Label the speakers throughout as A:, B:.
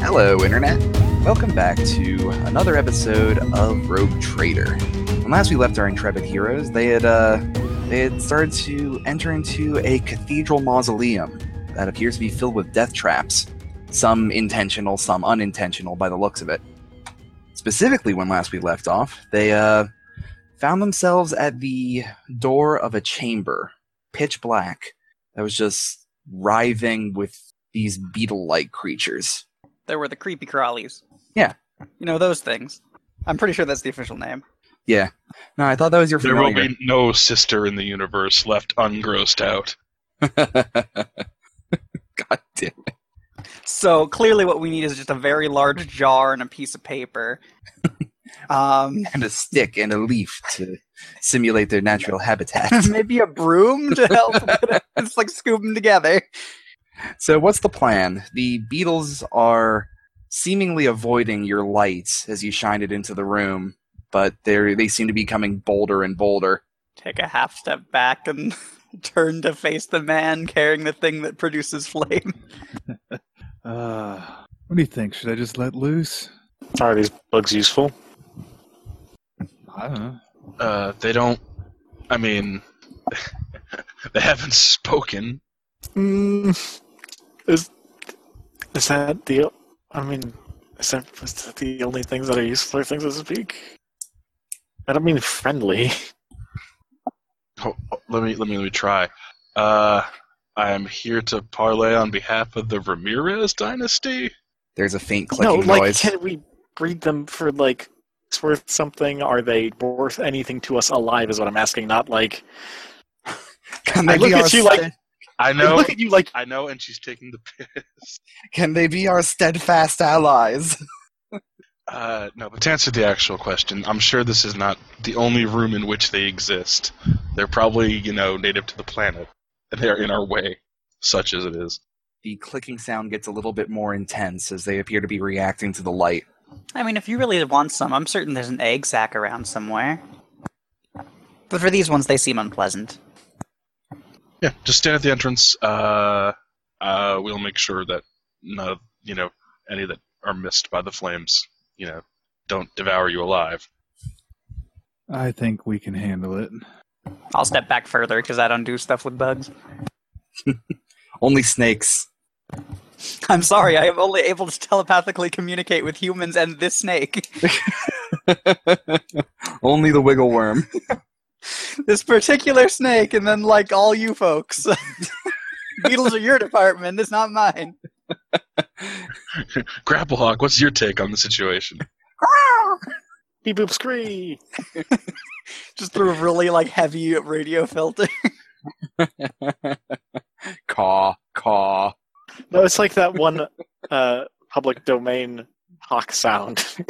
A: Hello, Internet. Welcome back to another episode of Rogue Trader. When last we left our intrepid heroes, they had uh, they had started to enter into a cathedral mausoleum that appears to be filled with death traps, some intentional, some unintentional, by the looks of it. Specifically, when last we left off, they uh, found themselves at the door of a chamber, pitch black, that was just writhing with these beetle-like creatures.
B: There were the creepy crawlies.
A: Yeah.
B: You know those things. I'm pretty sure that's the official name.
A: Yeah. No, I thought that was your
C: There will
A: familiar.
C: be no sister in the universe left ungrossed out.
A: God damn.
B: So clearly, what we need is just a very large jar and a piece of paper. um,
A: And a stick and a leaf to simulate their natural habitat.
B: maybe a broom to help. it's like scoop them together.
A: so, what's the plan? The beetles are seemingly avoiding your light as you shine it into the room, but they they seem to be coming bolder and bolder.
B: Take a half step back and turn to face the man carrying the thing that produces flame.
D: Uh, what do you think? Should I just let loose?
E: Are these bugs useful?
D: I don't know.
C: Uh, they don't. I mean, they haven't spoken.
E: Mm, is is that the? I mean, is that, is that the only things that are useful are things that speak? I don't mean friendly.
C: Ho- ho- Let me let me let me try. Uh, I am here to parlay on behalf of the Ramirez dynasty.
A: There's a faint
E: no,
A: clicking
E: like,
A: noise.
E: can we read them for like it's worth something? Are they worth anything to us alive? Is what I'm asking. Not like
A: Can
E: I look
A: be
E: at
A: our
E: you like-
A: stead-
C: I
E: I
C: know.
E: look at you like
C: I know, and she's taking the piss.
A: can they be our steadfast allies?
C: Uh, no, but to answer the actual question, I'm sure this is not the only room in which they exist. They're probably, you know, native to the planet, and they're in our way, such as it is.
A: the clicking sound gets a little bit more intense as they appear to be reacting to the light.
B: I mean, if you really want some, I'm certain there's an egg sack around somewhere. But for these ones, they seem unpleasant.
C: Yeah, just stand at the entrance. Uh, uh, we'll make sure that none, of, you know, any that are missed by the flames, you know, don't devour you alive.
D: I think we can handle it.
B: I'll step back further because I don't do stuff with bugs.
A: Only snakes.
B: I'm sorry, I am only able to telepathically communicate with humans and this snake.
A: Only the wiggle worm.
B: this particular snake, and then like all you folks. Beetles are your department, it's not mine.
C: Grapplehawk, what's your take on the situation?
E: beep boop scree.
B: Just through a really like heavy radio filter.
A: caw, caw.
E: No, it's like that one uh, public domain hawk sound.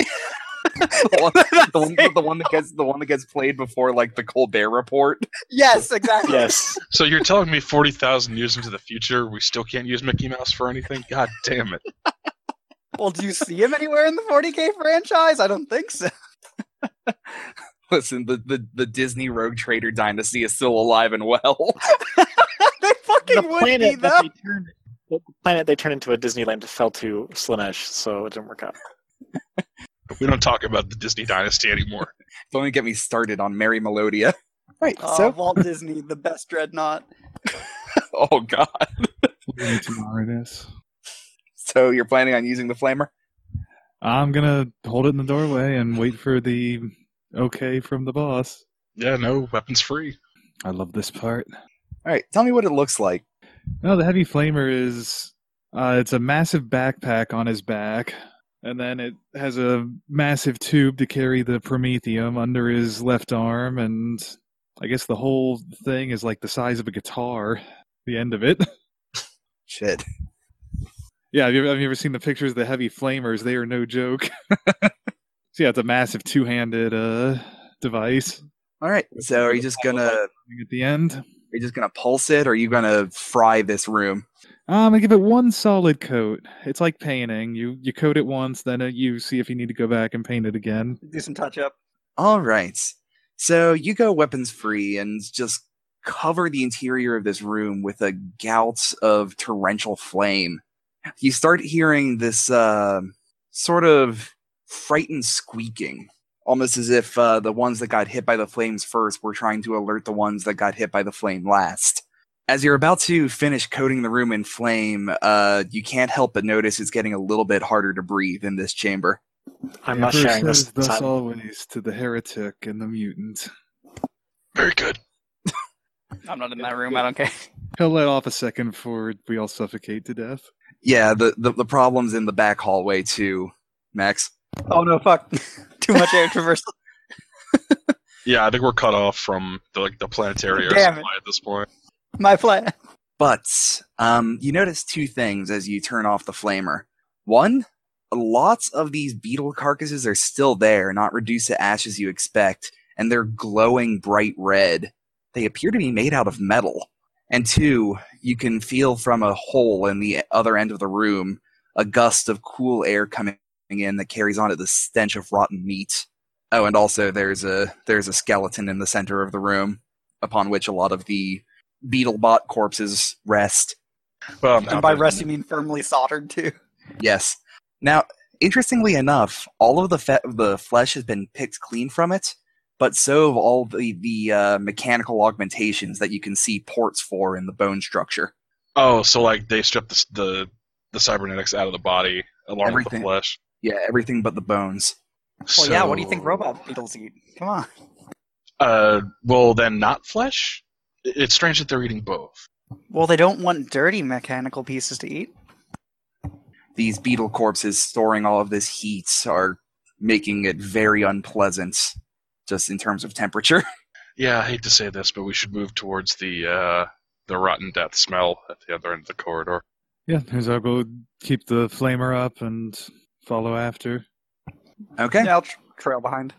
A: The one, the, one, the one that gets the one that gets played before like the Colbert report.
B: yes, exactly.
E: yes.
C: So you're telling me 40,000 years into the future, we still can't use Mickey Mouse for anything? God damn it.
B: Well, do you see him anywhere in the 40k franchise? I don't think so.
A: Listen, the, the, the Disney Rogue Trader dynasty is still alive and well.
B: they fucking
E: the
B: would be
E: planet
B: though.
E: that they turned the planet they turned into a Disneyland fell to Slanesh, so it didn't work out.
C: We don't talk about the Disney dynasty anymore.
A: Don't even get me started on Mary Melodia. Right.
B: Oh,
A: so,
B: Walt Disney, the best dreadnought.
A: oh god.
D: We need to honor this.
A: So you're planning on using the flamer?
D: I'm gonna hold it in the doorway and wait for the okay from the boss.
C: Yeah, no, weapons free.
D: I love this part.
A: All right. Tell me what it looks like.
D: No, the heavy flamer is uh, it's a massive backpack on his back, and then it has a massive tube to carry the promethium under his left arm, and I guess the whole thing is like the size of a guitar. The end of it.
A: Shit.
D: Yeah, have you, have you ever seen the pictures of the heavy flamers? They are no joke. so yeah, it's a massive two-handed uh, device
A: All right. So are you just gonna
D: at the end.
A: Are you just gonna pulse it, or are you gonna fry this room?
D: I'm gonna Um, give it one solid coat. It's like painting. You you coat it once, then uh, you see if you need to go back and paint it again.
B: Do some touch up.
A: All right. So you go weapons free and just cover the interior of this room with a gout of torrential flame you start hearing this uh, sort of frightened squeaking, almost as if uh, the ones that got hit by the flames first were trying to alert the ones that got hit by the flame last. As you're about to finish coating the room in flame, uh, you can't help but notice it's getting a little bit harder to breathe in this chamber.
E: I'm
D: The
E: not
D: Emperor
E: sharing this.
D: says, Thus
E: time.
D: always to the heretic and the mutant.
C: Very good.
B: I'm not in that room. I don't care.
D: He'll let off a second before we all suffocate to death.
A: Yeah, the, the, the problem's in the back hallway too, Max.
B: Oh no, fuck! Too much air traversal.
C: Yeah, I think we're cut off from the, like the planetary air
B: Damn it.
C: supply at this point.
B: My plan.
A: But um, you notice two things as you turn off the flamer. One, lots of these beetle carcasses are still there, not reduced to ash as you expect, and they're glowing bright red. They appear to be made out of metal. And two, you can feel from a hole in the other end of the room a gust of cool air coming in that carries on to the stench of rotten meat. Oh, and also there's a there's a skeleton in the center of the room, upon which a lot of the Beetlebot corpses rest.
C: Well, I'm
B: And
C: out
B: by
C: there.
B: rest, you mean firmly soldered to.
A: Yes. Now, interestingly enough, all of the fe- the flesh has been picked clean from it, but so have all the the uh, mechanical augmentations that you can see ports for in the bone structure.
C: Oh, so like they stripped the, s- the the cybernetics out of the body along with
A: Everything.
C: the flesh.
A: Yeah, everything but the bones.
B: Well, Oh, yeah. What do you think
C: So,
B: robot beetles eat? Come on.
C: Uh, well then, not flesh. I- It's strange that they're eating both.
B: Well, they don't want dirty mechanical pieces to eat.
A: These beetle corpses storing all of this heat are making it very unpleasant, just in terms of temperature.
C: Yeah, I hate to say this, but we should move towards the uh, the rotten death smell at the other end of the corridor.
D: Yeah, here's I'll go keep the flamer up and follow after.
A: Okay.
B: Yeah, I'll tr- trail behind.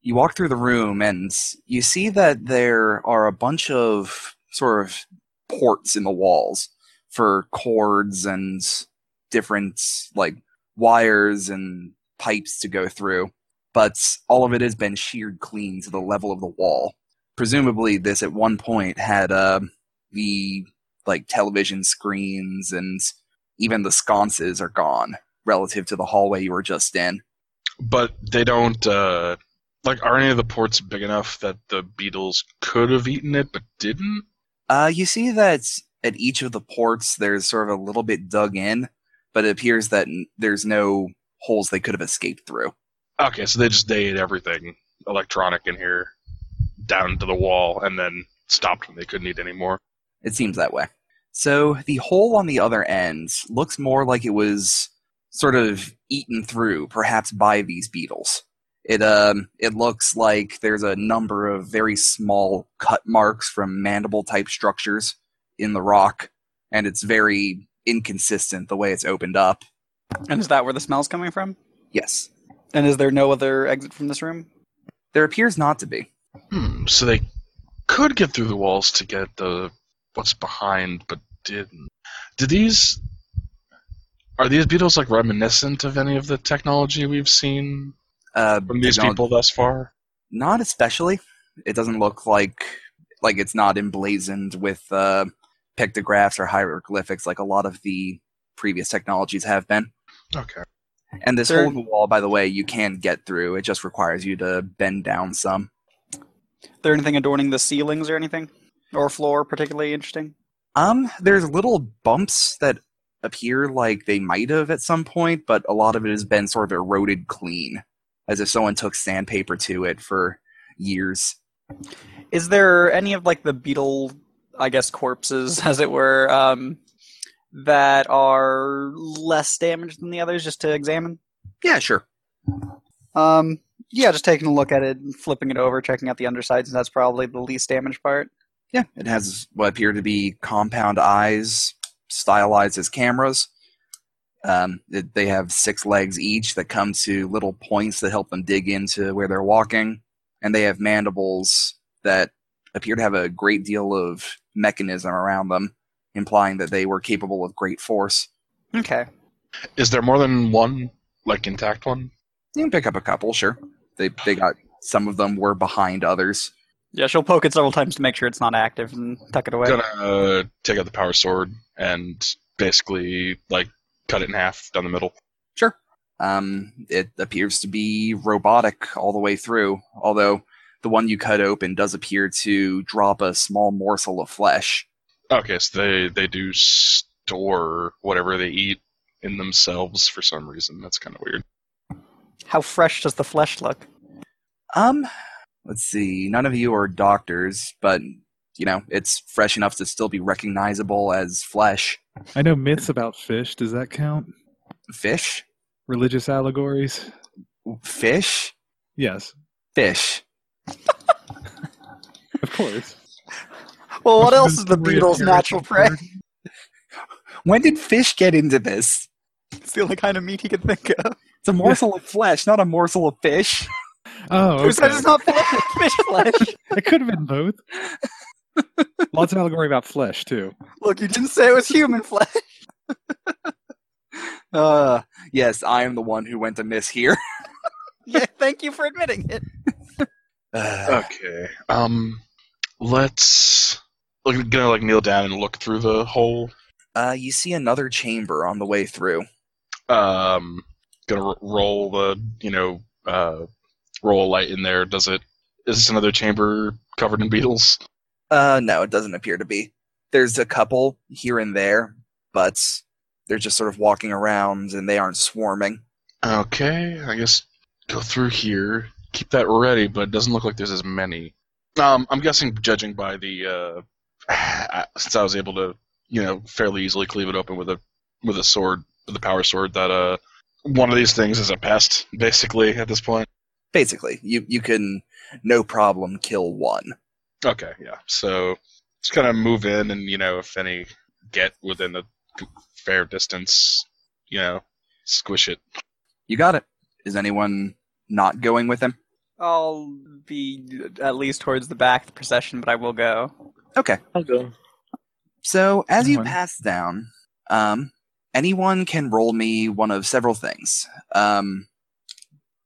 A: you walk through the room and you see that there are a bunch of sort of ports in the walls for cords and different like wires and pipes to go through but all of it has been sheared clean to the level of the wall presumably this at one point had uh, the like television screens and even the sconces are gone relative to the hallway you were just in
C: But they don't. Uh, like, are any of the ports big enough that the beetles could have eaten it but didn't?
A: Uh, you see that at each of the ports, there's sort of a little bit dug in, but it appears that n- there's no holes they could have escaped through.
C: Okay, so they just they ate everything electronic in here, down to the wall, and then stopped when they couldn't eat anymore.
A: It seems that way. So the hole on the other end looks more like it was sort of eaten through, perhaps by these beetles. It um it looks like there's a number of very small cut marks from mandible type structures in the rock, and it's very inconsistent the way it's opened up.
B: And is that where the smell's coming from?
A: Yes.
B: And is there no other exit from this room?
A: There appears not to be.
C: Hmm. So they could get through the walls to get the what's behind, but didn't. Did these? Are these beetles like reminiscent of any of the technology we've seen
A: Uh,
C: from these
A: technolo-
C: people thus far?
A: Not especially. It doesn't look like like it's not emblazoned with uh, pictographs or hieroglyphics like a lot of the previous technologies have been.
C: Okay.
A: And this
B: There-
A: whole wall, by the way, you can get through. It just requires you to bend down some.
B: there anything adorning the ceilings or anything? Or floor particularly interesting?
A: Um, there's little bumps that appear like they might have at some point, but a lot of it has been sort of eroded clean, as if someone took sandpaper to it for years.
B: Is there any of like the beetle, I guess, corpses, as it were, um, that are less damaged than the others, just to examine?
A: Yeah, sure.
B: Um, yeah, just taking a look at it, and flipping it over, checking out the undersides, and that's probably the least damaged part.
A: Yeah, it has what appear to be compound eyes stylized as cameras. Um, it, they have six legs each that come to little points that help them dig into where they're walking, and they have mandibles that appear to have a great deal of mechanism around them, implying that they were capable of great force.
B: Okay.
C: Is there more than one like intact one?
A: You can pick up a couple, sure. They they got some of them were behind others.
B: Yeah, she'll poke it several times to make sure it's not active and tuck it away.
C: gonna uh, take out the power sword and basically like cut it in half down the middle.
B: Sure.
A: Um, it appears to be robotic all the way through, although the one you cut open does appear to drop a small morsel of flesh.
C: Okay, so they they do store whatever they eat in themselves for some reason. That's kind of weird.
B: How fresh does the flesh look?
A: Um, let's see. None of you are doctors, but you know it's fresh enough to still be recognizable as flesh.
D: I know myths about fish. Does that count?
A: Fish,
D: Religious allegories?
A: fish,
D: Yes,
A: fish.
D: of course.
B: Well, what else is the beetle's natural prey?
A: When did fish get into this?
B: It's the only kind of meat he can think of.
A: It's a morsel of flesh, not a morsel of fish.
D: Oh,
B: Who says
D: okay.
B: it's not flesh? It's fish flesh.
D: it could have been both. Lots of allegory about flesh too.
B: Look, you didn't say it was human flesh.
A: Uh, yes, I am the one who went amiss here.
B: Yeah, thank you for admitting it.
A: Uh,
C: Okay. Um, let's look, gonna like kneel down and look through the hole.
A: uh, you see another chamber on the way through.
C: Um, gonna r- roll the you know uh roll a light in there. Does it? Is this another chamber covered in beetles?
A: Uh, no, it doesn't appear to be. There's a couple here and there, but they're just sort of walking around and they aren't swarming.
C: Okay, I guess go through here. Keep that ready, but it doesn't look like there's as many. Um, I'm guessing, judging by the uh, since I was able to, you know, fairly easily cleave it open with a with a sword, with a power sword, that uh, one of these things is a pest, basically at this point.
A: Basically, you you can no problem kill one.
C: Okay, yeah. So just kind of move in, and you know, if any get within a fair distance, you know, squish it.
A: You got it. Is anyone not going with him?
B: I'll be at least towards the back of the procession, but I will go.
A: Okay.
E: I'll go.
A: So as you
D: Anyone?
A: pass down, um, anyone can roll me one of several things. Um,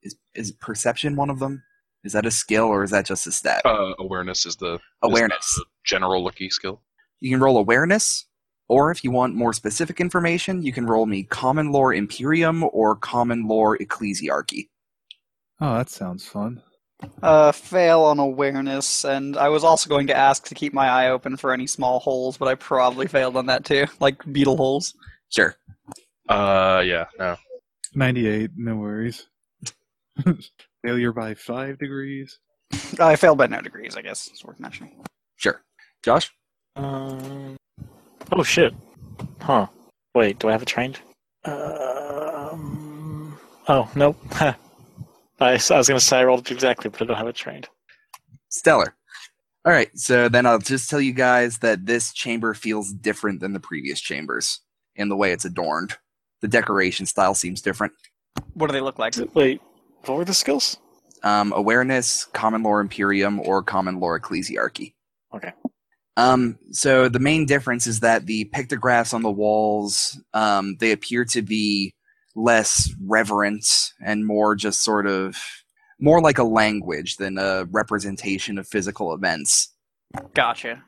A: is is perception one of them? Is that a skill or is that just a stat?
C: Uh, awareness is the is
A: Awareness.
C: the general looking skill.
A: You can roll awareness, or if you want more specific information, you can roll me Common Lore Imperium or Common Lore Ecclesiarchy.
D: Oh, that sounds fun.
B: Uh, fail on awareness, and I was also going to ask to keep my eye open for any small holes, but I probably failed on that too, like beetle holes.
A: Sure.
C: Uh, yeah, no.
D: Ninety-eight. No worries. Failure by five degrees.
B: I failed by no degrees, I guess. It's worth mentioning.
A: Sure. Josh?
E: Um, oh shit. Huh. Wait, do I have it trained? Um, oh, nope. I, s- I was going to say I rolled exactly, but I don't have it trained.
A: Stellar. All right, so then I'll just tell you guys that this chamber feels different than the previous chambers in the way it's adorned. The decoration style seems different.
B: What do they look like?
E: Wait, what were the skills?
A: um, awareness, common lore imperium, or common lore ecclesiarchy.
E: Okay.
A: Um, so the main difference is that the pictographs on the walls um, they appear to be less reverent and more just sort of more like a language than a representation of physical events.
B: Gotcha.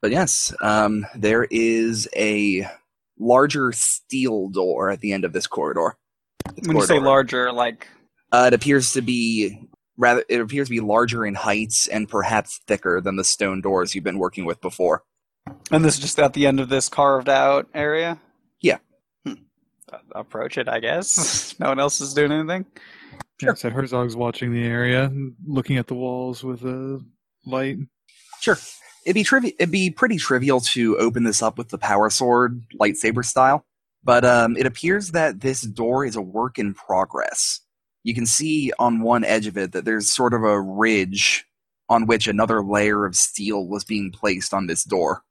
A: But yes, um, there is a larger steel door at the end of this corridor. This
B: When you say
A: corridor.
B: larger, like
A: Uh, it appears to be rather. It appears to be larger in heights and perhaps thicker than the stone doors you've been working with before.
B: And this is just at the end of this carved out area?
A: Yeah.
B: Hmm. A- Approach it, I guess. no one else is doing anything.
D: Yeah, so Herzog's watching the area, and looking at the walls with a light.
A: It'd be trivi- It'd be pretty trivial to open this up with the power sword, lightsaber style. But um, it appears that this door is a work in progress. You can see on one edge of it that there's sort of a ridge on which another layer of steel was being placed on this door.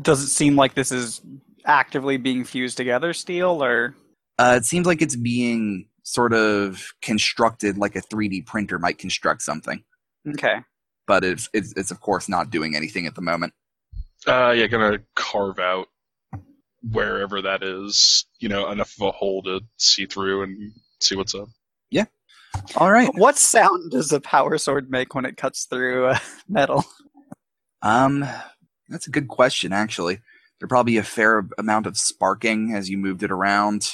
B: Does it seem like this is actively being fused together, steel, or.
A: Uh, it seems like it's being sort of constructed like a 3D printer might construct something.
B: Okay.
A: but it's, it's it's of course not doing anything at the moment.
C: Uh, yeah, gonna carve out wherever that is, you know, enough of a hole to see through and see what's up.
A: All right.
B: What sound does a power sword make when it cuts through uh, metal?
A: Um, that's a good question actually. There'd probably be a fair amount of sparking as you moved it around.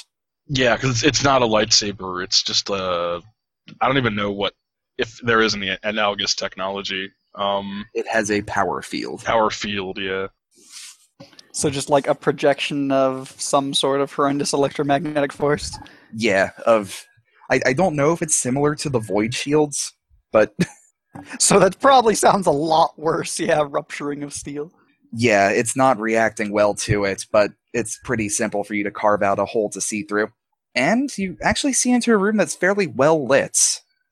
C: Yeah, because it's, it's not a lightsaber. It's just a. I don't even know what if there is any analogous technology. Um,
A: It has a power field.
C: power field, yeah.
B: So just like a projection of some sort of horrendous electromagnetic force.
A: Yeah, of I, I don't know if it's similar to the void shields, but
B: So that probably sounds a lot worse. Yeah, rupturing of steel.
A: yeah, it's not reacting well to it, but it's pretty simple for you to carve out a hole to see through. And you actually see into a room that's fairly well lit.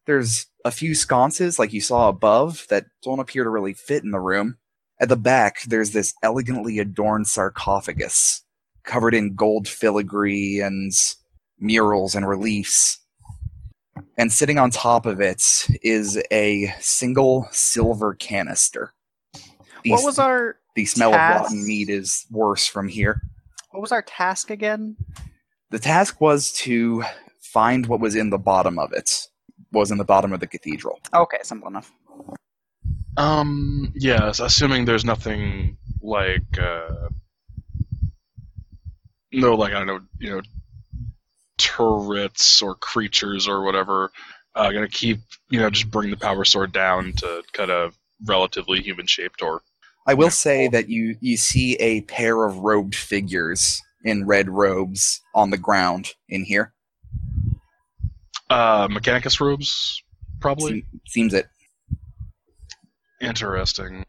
A: There's a few sconces, like you saw above, that don't appear to really fit in the room. At the back, there's this elegantly adorned sarcophagus, covered in gold filigree and murals and reliefs. And sitting on top of it is a single silver canister. The
B: What was our
A: the smell
B: Task.
A: of rotten meat is worse from here.
B: what was our task again?
A: The task was to find what was in the bottom of it. Was in the bottom of the cathedral.
B: Okay, simple enough.
C: Um, yes, assuming there's nothing like uh, no, like I don't know, you know, turrets or creatures or whatever. Uh, gonna keep, you know, just bring the power sword down to kind of relatively human shaped or
A: I will say that you you see a pair of robed figures in red robes on the ground in here.
C: uh, mechanicus robes, probably.
A: Se- seems it.
C: Interesting.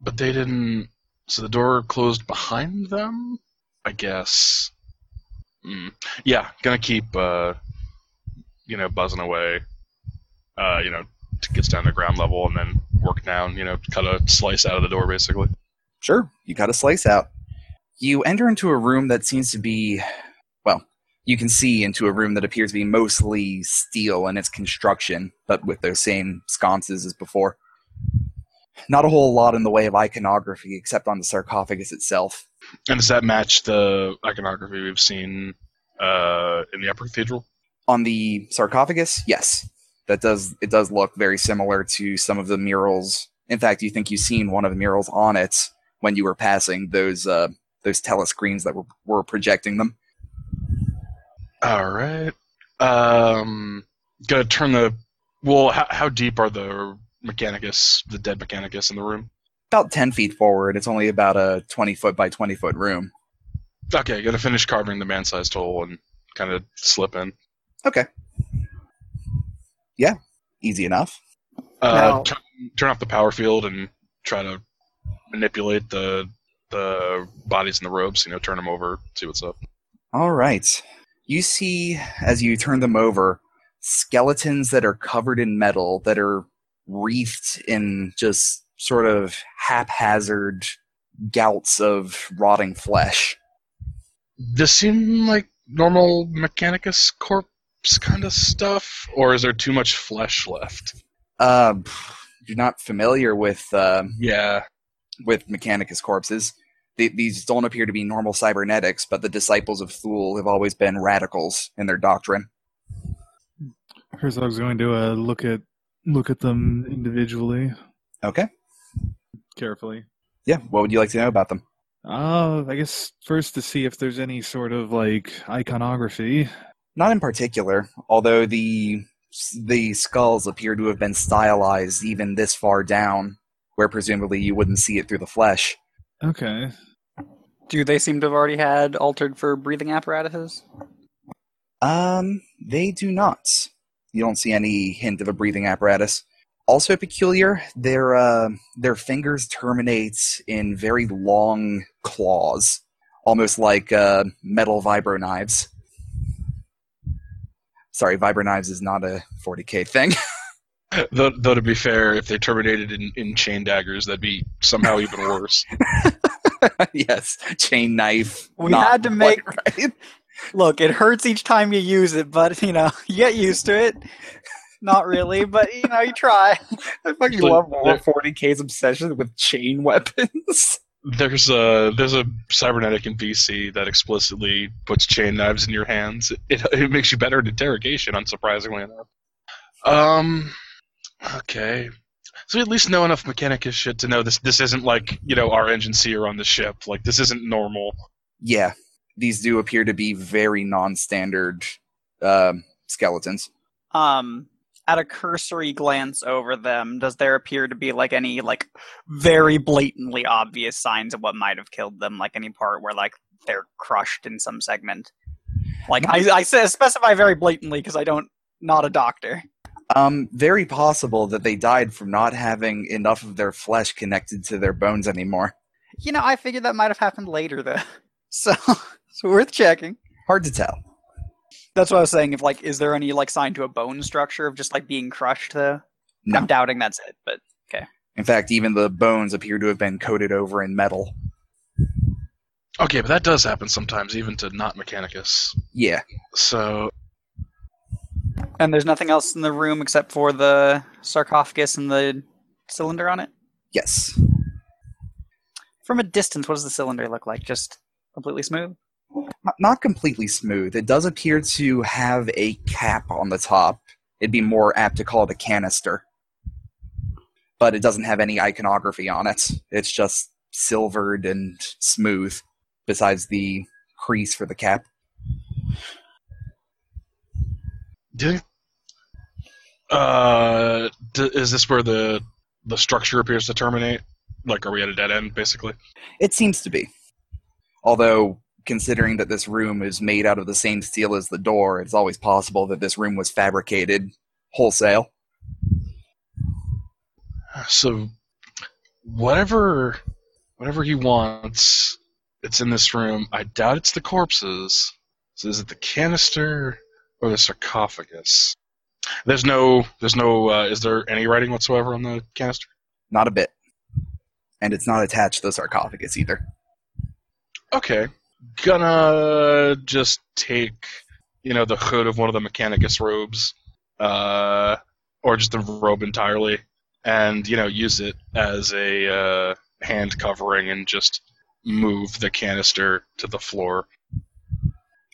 C: But they didn't. So the door closed behind them? I guess. Mm. Yeah, gonna keep, uh, you know, buzzing away. Uh, you know, t- gets down to ground level and then work down, you know, cut a slice out of the door, basically.
A: Sure, you cut a slice out. You enter into a room that seems to be, well, you can see into a room that appears to be mostly steel in its construction, but with those same sconces as before. Not a whole lot in the way of iconography except on the sarcophagus itself.
C: And does that match the iconography we've seen uh, in the Upper Cathedral?
A: On the sarcophagus, yes, that does it does look very similar to some of the murals. In fact, you think you've seen one of the murals on it when you were passing those uh, those telescreens that were, were projecting them.
C: All right. Um, gonna turn the. Well, how, how deep are the Mechanicus, the dead Mechanicus in the room?
A: about 10 feet forward. It's only about a 20 foot by 20 foot room.
C: Okay, gonna finish carving the man-sized hole and kind of slip in.
A: Easy enough.
C: Uh,
E: Now-
C: turn, turn off the power field and try to manipulate the the bodies in the ropes. You know, turn them over, see what's up.
A: All right. You see, as you turn them over, skeletons that are covered in metal that are wreathed in just sort of haphazard gouts of rotting flesh.
C: Does seem like normal Mechanicus corpse kind of stuff, or is there too much flesh left?
A: Uh, pff, you're not familiar with um,
C: Yeah,
A: with Mechanicus corpses. Th these don't appear to be normal cybernetics, but the disciples of Thule have always been radicals in their doctrine.
D: Herzog's going to uh, look at look at them individually,
A: Okay.
D: carefully.
A: Yeah. What would you like to know about them?
D: Uh, I guess first to see if there's any sort of like iconography.
A: Not in particular, although the the skulls appear to have been stylized even this far down, where presumably you wouldn't see it through the flesh.
D: Okay.
B: Do they seem to have already had altered for breathing apparatuses?
A: Um, they do not. You don't see any hint of a breathing apparatus. Also peculiar, their uh, their fingers terminate in very long claws, almost like uh, metal vibro knives. Sorry, vibro knives is not a 40k thing.
C: though, though to be fair, if they terminated in, in chain daggers, that'd be somehow even worse.
A: yes, chain knife.
B: We
A: Not
B: had to
A: quite
B: make
A: right.
B: look. It hurts each time you use it, but you know you get used to it. Not really, but you know you try.
A: I fucking
C: Look,
A: love
C: there-
A: 40k's obsession with chain weapons.
C: There's a there's a cybernetic in VC that explicitly puts chain knives in your hands. It, it makes you better at interrogation, unsurprisingly enough. Um, okay. So we at least know enough mechanicus shit to know this. This isn't like you know our engine seer on the ship. Like this isn't normal.
A: Yeah, these do appear to be very non-standard um skeletons.
B: um at a cursory glance over them does there appear to be like any like very blatantly obvious signs of what might have killed them like any part where like they're crushed in some segment like i, I say, specify very blatantly because i don't not a doctor
A: Um, very possible that they died from not having enough of their flesh connected to their bones anymore.
B: you know i figured that might have happened later though so it's worth checking
A: Hard to tell.
B: that's what i was saying if like is there any like sign to a bone structure of just like being crushed though
A: No.
B: i'm doubting that's it but
A: In fact, even the bones appear to have been coated over in metal.
C: Okay, but that does happen sometimes, even to not mechanicus.
A: Yeah,
C: So
B: and there's nothing else in the room except for the sarcophagus and the cylinder on it
A: yes.
B: From a distance, what does the cylinder look like? Just completely smooth?
A: Not- Not completely smooth. It does appear to have a cap on the top. It'd be more apt to call it a canister. But it doesn't have any iconography on it. It's just silvered and smooth, besides the crease for the cap.
C: do you think? Uh, d- is this where the the structure appears to terminate? Like, are we at a dead end, basically?
A: It seems to be. Although, considering that this room is made out of the same steel as the door, it's always possible that this room was fabricated wholesale.
C: So, whatever, whatever he wants, it's in this room. I doubt it's the corpses. So, is it the canister or the sarcophagus? There's no, there's no. Uh, is there any writing whatsoever on the canister?
A: Not a bit. And it's not attached to the sarcophagus either.
C: Okay, gonna just take, you know, the hood of one of the mechanicus robes, uh, or just the robe entirely, and you know, use it as a uh, hand covering and just move the canister to the floor.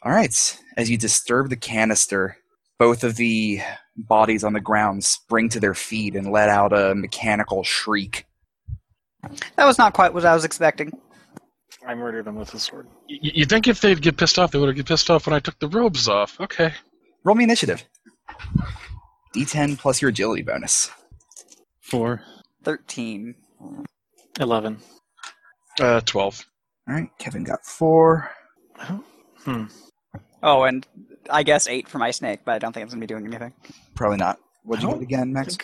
A: All right. As you disturb the canister, both of the bodies on the ground spring to their feet and let out a mechanical shriek.
B: That was not quite what I was expecting.
E: I murdered him with a sword.
C: Y- you think if they'd get pissed off, they would have get pissed off when I took the robes off? Okay.
A: Roll me initiative. D10 plus your agility bonus.
D: Four.
B: 13.
E: Eleven.
C: Uh, twelve.
A: All right. Kevin got four.
B: Oh, and I guess 8 for my snake, but I don't think it's going to be doing anything.
A: Probably not. What'd you
E: I
A: get again, Max?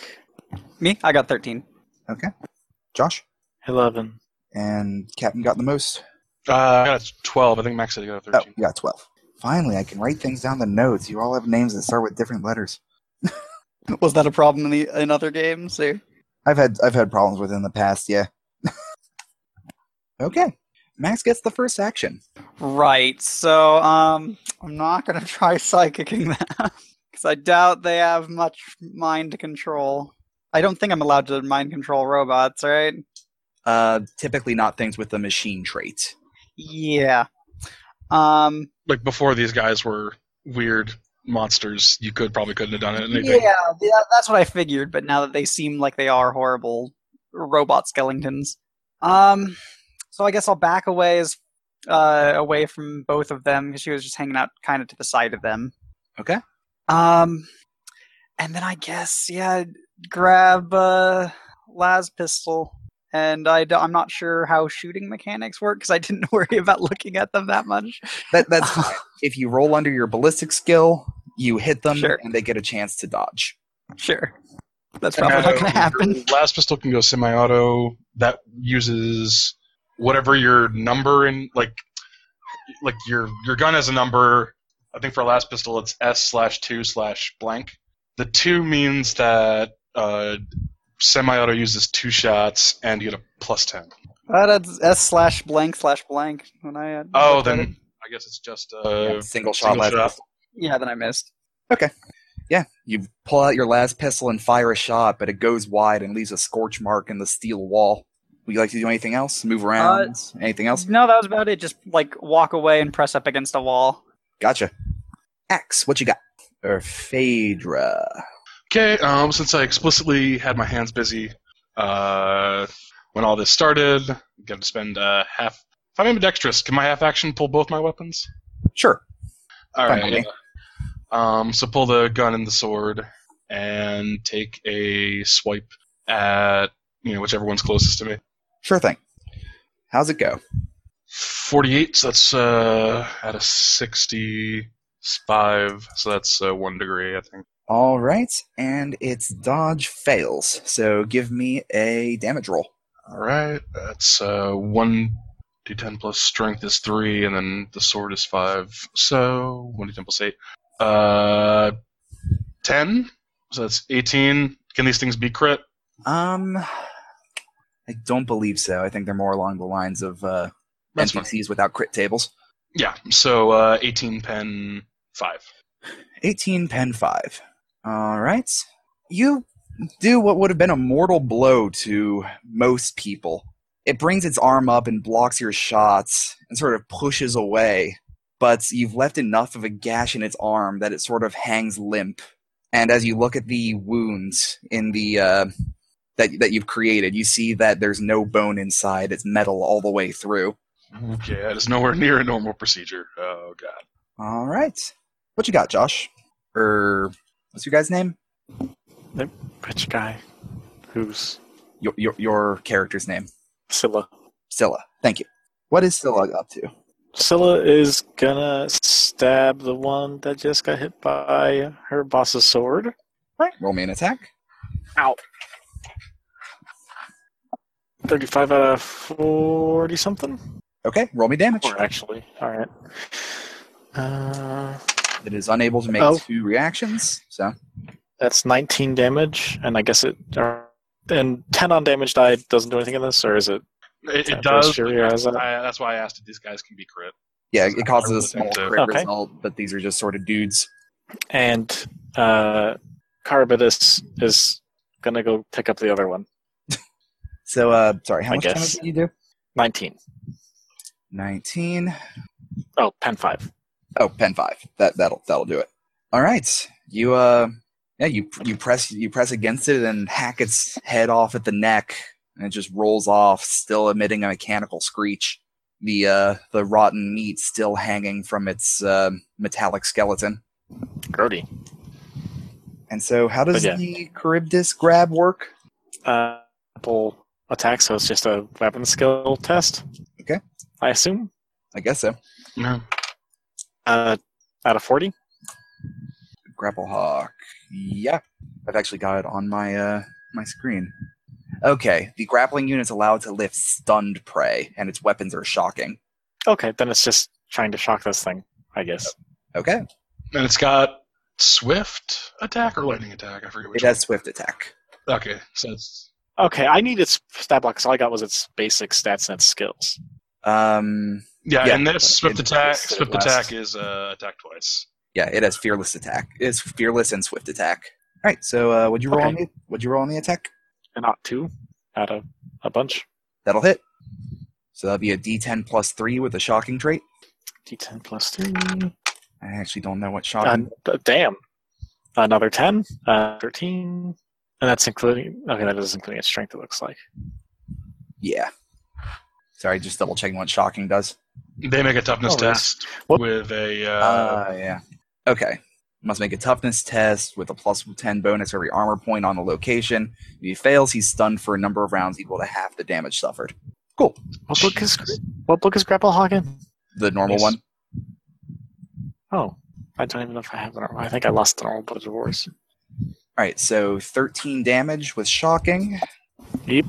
B: Me? I got 13.
A: Josh?
E: Eleven.
A: and Captain got the most.
C: Uh, I got a twelve. I think Max said he got a
A: Oh,
C: thirteen.
A: you got 12. Finally, I can write things down the notes. You all have names that start with different letters.
B: Was that a problem in, the, in other games? Or?
A: I've had I've had problems with it in the past, yeah. okay. Max gets the first action.
B: Right, so um, I'm not going to try psychicking that because I doubt they have much mind control. I don't think I'm allowed to mind control robots, right?
A: Uh typically not things with the machine trait.
B: Yeah. Um,
C: Like before, these guys were weird monsters. You could probably couldn't have done it. Anything.
B: Yeah, yeah, that's what I figured. But now that they seem like they are horrible robot skeletons, um, so I guess I'll back away as uh, away from both of them because she was just hanging out kind of to the side of them.
A: Okay.
B: Um, and then I guess yeah, grab uh, Laz pistol. And I d- I'm not sure how shooting mechanics work because I didn't worry about looking at them that much.
A: That that's fine. if you roll under your ballistic skill, you hit them
B: Sure.
A: and they get a chance to dodge.
B: sure, that's probably not going to happen.
C: Uh, Last pistol can go semi-auto. That uses whatever your number and like, like your your gun has a number. I think for last pistol it's S slash two slash blank. The two means that uh, semi-auto uses two shots and you get a plus ten.
B: Uh, that's S slash blank slash blank. When I uh,
C: Oh,
B: looked at
C: then
B: it.
C: I guess it's just uh,
A: single shot
C: single
A: last
C: shot.
A: pistol.
B: yeah, then I missed.
A: Yeah. You pull out your last pistol and fire a shot, but it goes wide and leaves a scorch mark in the steel wall. Would you like to do anything else? Move around? anything else?
B: Uh, No, that was about it. Just like walk away and press up against a wall.
A: Gotcha. Axe, what you got? Or Phaedra.
C: Okay, um, since I explicitly had my hands busy Uh, when all this started, I'm going to spend uh, half. If I'm ambidextrous, can my half action pull both my weapons?
A: Sure.
C: All
A: Fine
C: right.
A: with
C: uh, Um, so pull the gun and the sword, and take a swipe at you know whichever one's closest to me.
A: Sure thing. How's it go?
C: Forty-eight. So that's uh, at a sixty-five. So that's uh, one degree, I think.
A: All right, and its dodge fails. So give me a damage roll.
C: All right. That's uh, one d10 plus strength is three, and then the sword is five. So one d10 plus eight. Uh, ten. So that's eighteen. Can these things be crit?
A: Um, I don't believe so. I think they're more along the lines of uh,
C: That's fine.
A: NPCs without crit tables.
C: Yeah. So uh, eighteen pen five.
A: 18 pen 5. All right. You do what would have been a mortal blow to most people. It brings its arm up and blocks your shots and sort of pushes away, but you've left enough of a gash in its arm that it sort of hangs limp. And as you look at the wounds in the uh, that that you've created, you see that there's no bone inside; it's metal all the way through.
C: Okay, that is nowhere near a normal procedure. Oh god.
A: All right, what you got, Josh? Or what's your guy's name?
E: Rich guy. Who's
A: your your, your character's name.
E: Scylla?
A: Scylla. Thank you. What is Scylla up to?
E: Scylla is gonna stab the one that just got hit by her boss's sword.
A: Roll me an attack.
E: 35 out of 40 something?
A: Okay, roll me damage.
E: Or actually. Alright. Uh,
A: It is unable to make
E: Oh.
A: two reactions, so
E: that's 19 damage, and I guess it. Or, and 10 on damage die doesn't do anything in this, or is it?
C: It,
E: Yeah,
C: it does.
E: sure, yeah, is that-
C: I, that's why I asked if these guys can be crit.
A: yeah, it causes a small
C: Okay.
A: crit result, but these are just sort of dudes.
E: And uh, Carbidus is gonna go pick up the other one.
A: So, uh, sorry, how
E: I
A: much
E: guess.
A: damage did you do?
E: 19.
A: Nineteen.
E: Oh, pen 5.
A: Oh, pen five. That that'll that'll do it. All right, you uh, yeah, you you press you press against it and hack its head off at the neck, and it just rolls off, still emitting a mechanical screech. The uh, the rotten meat still hanging from its uh, metallic skeleton.
E: Grody.
A: And so, how does
E: But yeah.
A: the Charybdis grab work?
E: Uh, Apple attack, so it's just a weapon skill test.
A: Okay.
E: I assume.
A: I guess so.
C: No.
E: Uh, out of 40?
A: Grapple Hawk. Yeah. I've actually got it on my uh my screen. Okay, the grappling unit's allowed to lift stunned prey, and its weapons are shocking.
E: Okay, then it's just trying to shock this thing, I guess.
A: Okay.
C: And it's got swift attack or lightning attack. I forget which.
A: It has swift attack.
C: one. Okay, so it's
E: Okay, I need its stat block because all I got was its basic stats and its skills.
A: Um
C: Yeah,
A: Yeah,
C: and this swift
A: it's-
C: attack.
A: it's the
C: Swift
A: last-
C: attack is uh, attack twice.
A: yeah, it has fearless attack. It's fearless and swift attack. All right, so uh would you roll
E: Okay.
A: on the would you roll on the attack?
E: And not two out of a bunch.
A: That'll hit. So that'll be a D ten plus three with a shocking trait.
E: D10 plus three.
A: I actually don't know what
E: Uh,
A: shocking
E: d- damn. Another 10, uh, 13. And that's including. Okay, that is including its strength, it looks like.
A: Yeah. Sorry, just double checking what shocking does.
C: They make a toughness
E: Oh, that's-
C: test
E: what-
C: with a. Uh,
A: Uh, yeah. Okay. Must make a toughness test with a plus 10 bonus for every armor point on the location. If he fails, he's stunned for a number of rounds equal to half the damage suffered.
E: What book is, what book is Grapple Hawk in?
A: The normal
C: Yes.
A: one?
E: Oh, I don't even know if I have the normal. I think I lost the normal, but it's worse.
A: All right, so 13 damage with shocking.
E: Yep.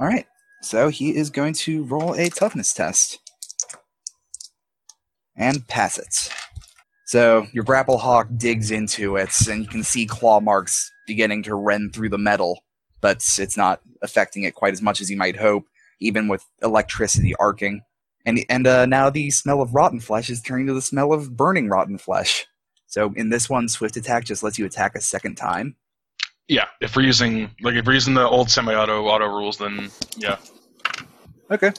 A: All right, so he is going to roll a toughness test and pass it. So your grapple hawk digs into it, and you can see claw marks beginning to rend through the metal, but it's not affecting it quite as much as you might hope, even with electricity arcing. And and uh, now the smell of rotten flesh is turning to the smell of burning rotten flesh. So in this one, swift attack just lets you attack a second time.
C: yeah, if we're using like if we're using the old semi-auto auto rules, then yeah,
A: Okay,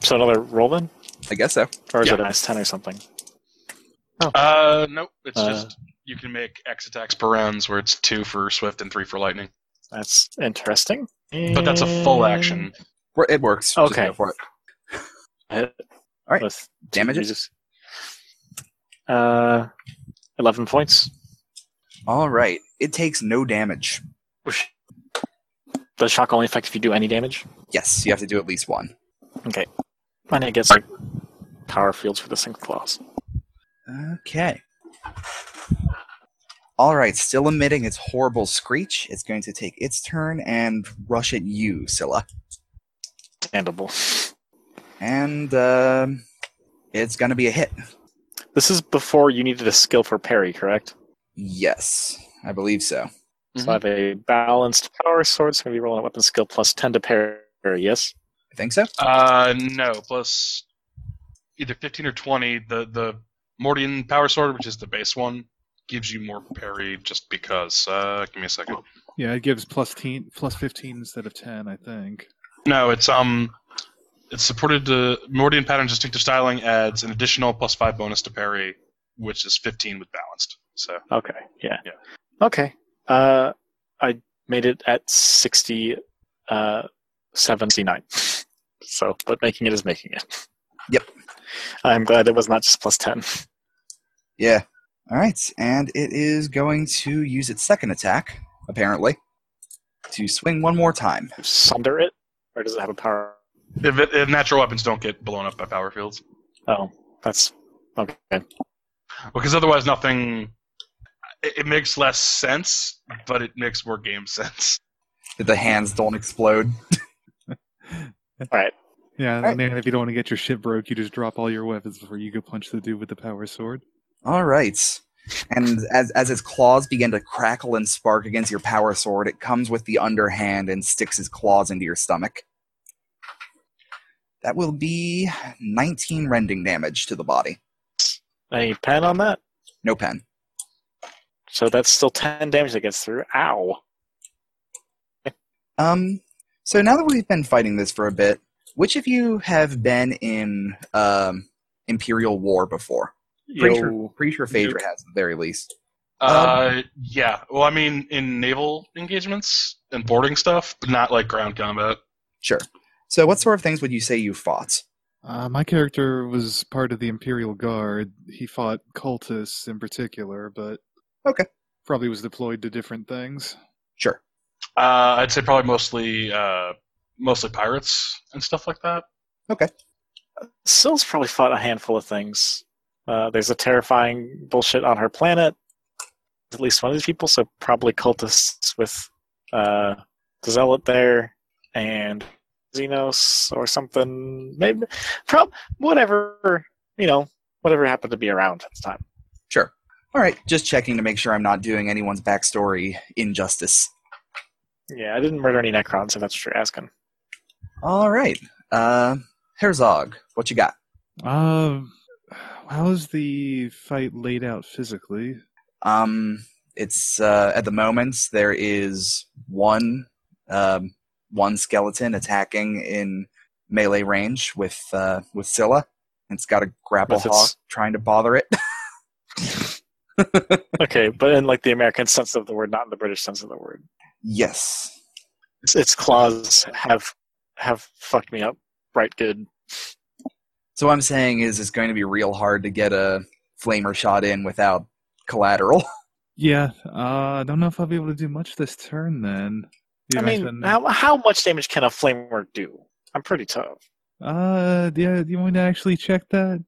E: So another roll then?
A: I guess so.
E: Or is
C: Yeah.
E: it a nice 10 or something?
C: Uh, nope. It's
E: Uh,
C: just you can make X attacks per rounds, where it's two for swift and three for lightning.
E: That's interesting.
C: But that's a full action.
A: Wor- It works. Just
E: Okay.
A: go for it.
E: Hit.
A: All right.
E: With two
A: Damage it.
E: uses. Uh, eleven points.
A: All right. It takes no damage.
E: Does shock only affect if you do any damage?
A: Yes, you have to do at least one.
E: And it gets like power fields for the single claws.
A: Okay. All right. Still emitting its horrible screech. It's going to take its turn and rush at you, Scylla.
E: Standable.
A: And um it's going to be a hit.
E: This is before you needed a skill for parry, correct?
A: Yes, I believe so.
C: Mm-hmm.
E: So I have a balanced power sword. So I'm gonna be rolling a weapon skill plus ten to parry. Yes.
A: I think so.
C: Uh, no. Plus either 15 or 20. The the Mordian power sword, which is the base one, gives you more parry just because. Uh, give me a second.
D: Yeah, it gives plus teen, plus fifteen instead of ten, I think.
C: No, it's um, it's supported to Mordian pattern's distinctive styling adds an additional plus five bonus to parry, which is 15 with balanced. So
E: Okay. Yeah.
C: Yeah.
E: Okay. Uh, I made it at sixty, uh, seventy nine. So, but making it is making it.
A: Yep.
E: I'm glad it was not just plus ten.
A: Yeah. All right, and it is going to use its second attack, apparently, to swing one more time.
E: Sunder it, or does it have a power?
C: if, it, if natural weapons don't get blown up by power fields,
E: Oh, that's okay.
C: because otherwise nothing. It, it makes less sense, but it makes more game sense.
A: That the hands don't explode.
D: Yeah,
A: Alright.
D: and then if you don't want to get your shit broke, you just drop all your weapons before you go punch the dude with the power sword.
A: All right. And as, as its claws begin to crackle and spark against your power sword, it comes with the underhand and sticks its claws into your stomach. That will be 19 rending damage to the body.
E: Any pen on that?
A: No pen.
E: So that's still ten damage that gets through. Ow.
A: Um, so now that we've been fighting this for a bit, which of you have been in um, Imperial War before? Pretty sure,
E: Yo.
A: pretty sure Phaedra has, at the very least.
C: Uh, yeah. Well, I mean, in naval engagements and boarding stuff, but not like ground combat.
A: Sure. So, what sort of things would you say you fought?
D: Uh, my character was part of the Imperial Guard. He fought cultists in particular, but
A: Okay.
D: probably was deployed to different things.
A: Sure.
C: Uh, I'd say probably mostly uh, mostly pirates and stuff like that.
E: Syl's probably fought a handful of things. Uh, there's a terrifying bullshit on her planet. At least one of these people, so probably cultists with uh, the zealot there and Xenos or something. Maybe, prob, whatever you know, whatever happened to be around at the time.
A: Sure. All right. Just checking to make sure I'm not doing anyone's backstory injustice.
E: Yeah, I didn't murder any Necrons, if that's what you're asking.
A: All right. Uh, Herzog, what you got?
D: Um, how is the fight laid out physically?
A: Um, it's uh, at the moment there is one um, one skeleton attacking in melee range with uh, with Scylla. It's got a grapple
E: With its-
A: hawk trying to bother it.
E: Okay, but in like the American sense of the word, not in the British sense of the word.
A: yes.
E: Its, its claws have have fucked me up right good.
A: So what I'm saying is it's going to be real hard to get a flamer shot in without collateral.
D: Yeah, uh, I don't know if I'll be able to do much this turn then. You
E: I
D: guys
E: mean,
D: been-
E: how, how much damage can a flamer do? I'm pretty tough.
D: uh, yeah, do you want me to actually check that?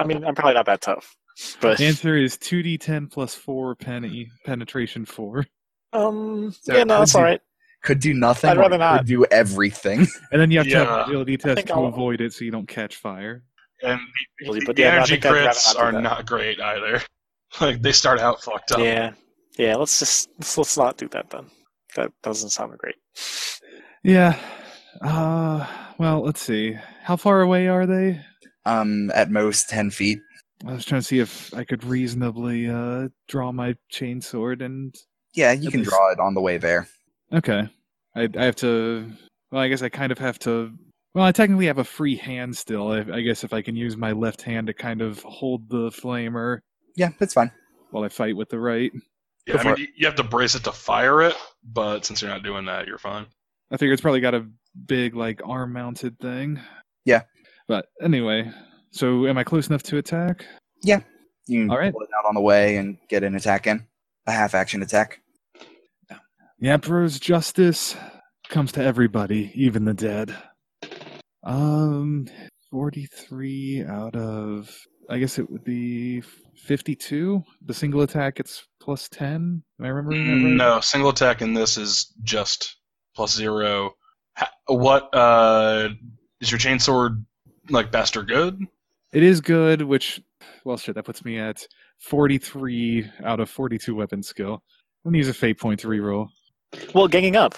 E: I mean, I'm probably not that tough. But
D: Answer is 2d10 plus 4 penny, penetration 4.
E: um,
A: So
E: yeah, no, that's
A: could
E: all
A: you-
E: right.
A: Could do nothing.
E: I'd
A: or
E: rather
A: it could
E: not.
A: do everything.
D: And then you have to have an
C: Yeah.
D: agility
E: I
D: test
E: think
D: to
E: I'll-
D: avoid it so you don't catch fire.
C: And the,
E: Really,
C: the-
E: but
C: the
E: yeah, no, I
C: energy
E: think I'd rather
C: crits
E: not do
C: are
E: that.
C: not great either. Like they start out fucked up.
E: Yeah, yeah. Let's just let's, let's not do that then. That doesn't sound great.
D: Yeah. Uh, well, let's see. How far away are they?
A: Um, at most ten feet.
D: I was trying to see if I could reasonably uh, draw my chainsword and.
A: Yeah, you
D: At
A: can
D: least-
A: draw it on the way there.
D: Okay. I, I have to. Well, I guess I kind of have to. Well, I technically have a free hand still. I, I guess if I can use my left hand to kind of hold the flamer
A: Yeah, that's fine.
D: while I fight with the right.
C: Yeah, I
A: Before-
C: mean, you- you have to brace it to fire it, but since you're not doing that, you're fine.
D: I figure it's probably got a big like arm mounted thing.
A: Yeah.
D: But anyway, so am I close enough to attack?
A: You can
D: All right.
A: pull it out on the way and get an attack in. A half action attack.
D: The Emperor's justice comes to everybody, even the dead. Um, 43 out of, I guess it would be 52. The single attack, it's plus 10. Am I remembering that right?
C: Mm, No, single attack in this is just plus zero. Ha- What uh, is your chainsword like? Bastard good?
D: It is good, which, well, shit, that puts me at 43 out of 42 weapon skill. I'm going to use a fate point to reroll.
E: Well, ganging up.